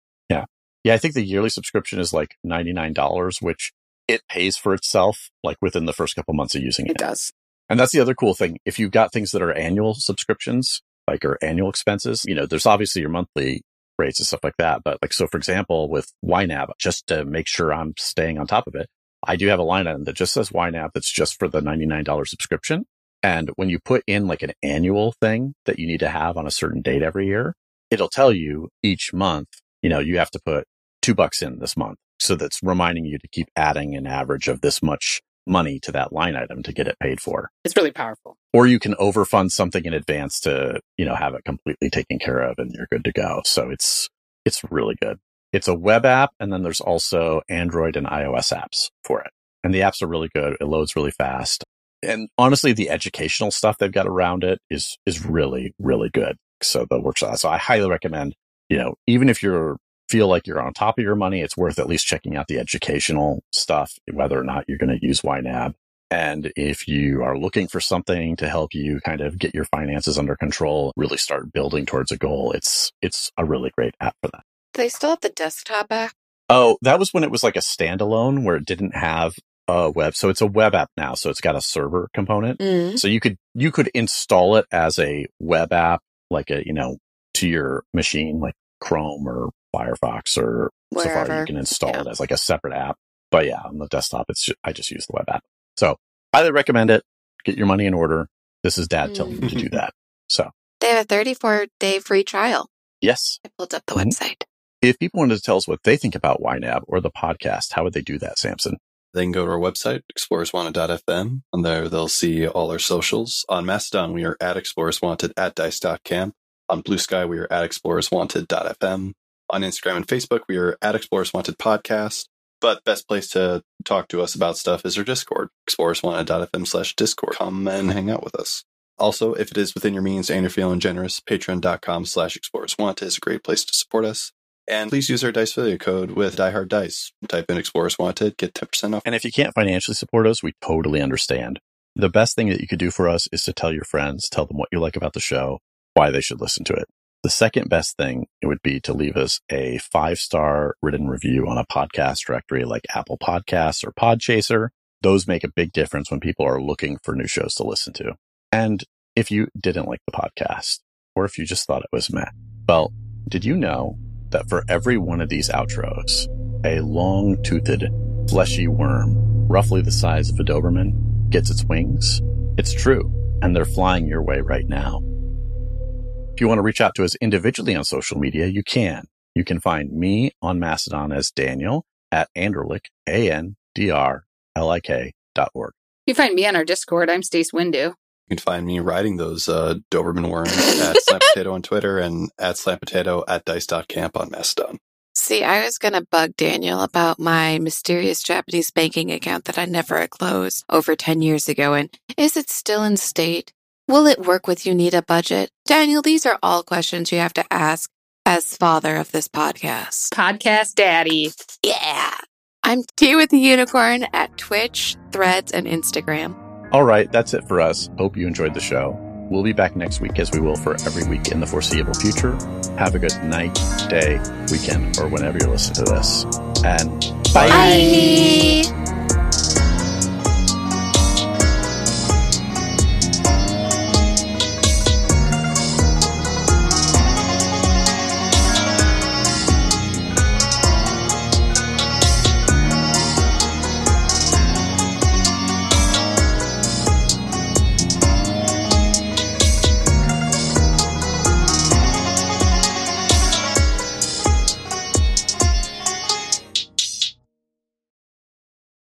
A: Yeah, I think the yearly subscription is like $99, which it pays for itself like within the first couple months of using it.
B: It does.
A: And that's the other cool thing. If you've got things that are annual subscriptions, like or annual expenses, you know, there's obviously your monthly rates and stuff like that. But like, so for example, with YNAB, just to make sure I'm staying on top of it, I do have a line item that just says YNAB that's just for the $99 subscription. And when you put in like an annual thing that you need to have on a certain date every year, it'll tell you each month, you know, you have to put two bucks in this month. So that's reminding you to keep adding an average of this much money to that line item to get it paid for.
B: It's really powerful.
A: Or you can overfund something in advance to, you know, have it completely taken care of and you're good to go. So it's, it's really good. It's a web app. And then there's also Android and iOS apps for it. And the apps are really good. It loads really fast. And honestly, the educational stuff they've got around it is, is really, really good. So the workshop. So I highly recommend, you know, even if you're feel like you're on top of your money, it's worth at least checking out the educational stuff, whether or not you're going to use YNAB. And if you are looking for something to help you kind of get your finances under control, really start building towards a goal, it's it's a really great app for that.
D: They still have the desktop app.
A: Oh, that was when it was like a standalone where it didn't have a web. So it's a web app now. So it's got a server component.
D: Mm.
A: So you could you could install it as a web app, like a you know, to your machine, like Chrome or Firefox or Safari.
D: Wherever.
A: You can install
D: Yeah.
A: it as like a separate app. But yeah, on the desktop, it's ju- I just use the web app. So highly recommend it. Get your money in order. This is Dad telling you to do that. So
D: They have a 34 day free trial.
A: yes,
D: I pulled up the
A: Mhm.
D: website.
A: if people wanted to tell us what they think about YNAB or the podcast, how would they do that, Samson?
C: They can go to our website, explorerswanted.fm, and there they'll see all our socials. On Mastodon, we are at Explorers Wanted at dice.camp. On Blue Sky, we are at explorerswanted.fm. On Instagram and Facebook, we are at Explorers Wanted Podcast. But best place to talk to us about stuff is our Discord, explorerswanted.fm slash Discord. Come and hang out with us. Also, if it is within your means and you're feeling generous, patreon.com slash explorerswanted is a great place to support us. And please use our dice video code with Die Hard Dice. Type in Explorers Wanted, get 10% off.
A: And if you can't financially support us, we totally understand. The best thing that you could do for us is to tell your friends, tell them what you like about the show, why they should listen to it. The second best thing it would be to leave us a five star written review on a podcast directory like Apple Podcasts or Podchaser. Those make a big difference when people are looking for new shows to listen to. And if you didn't like the podcast, or if you just thought it was meh, well, did you know that for every one of these outros, a long toothed fleshy worm, roughly the size of a Doberman, gets its wings? It's true, and they're flying your way right now. If you want to reach out to us individually on social media, you can. You can find me on Mastodon as Daniel at Anderlik, A-N-D-R-L-I-K dot org.
B: You find me on our Discord. I'm Stace Windu.
C: You can find me riding those uh, Doberman worms at Slam Potato on Twitter and at Slam Potato at Dice.camp on Mastodon.
D: See, I was going to bug Daniel about my mysterious Japanese banking account that I never closed over 10 years ago. And is it still in state? Will it work with UNITA budget? Daniel, these are all questions you have to ask as father of this podcast.
B: Podcast Daddy.
D: Yeah. I'm T with the Unicorn at Twitch, Threads, and Instagram.
A: All right, that's it for us. Hope you enjoyed the show. We'll be back next week as we will for every week in the foreseeable future. Have a good night, day, weekend, or whenever you're listening to this. And
D: Bye.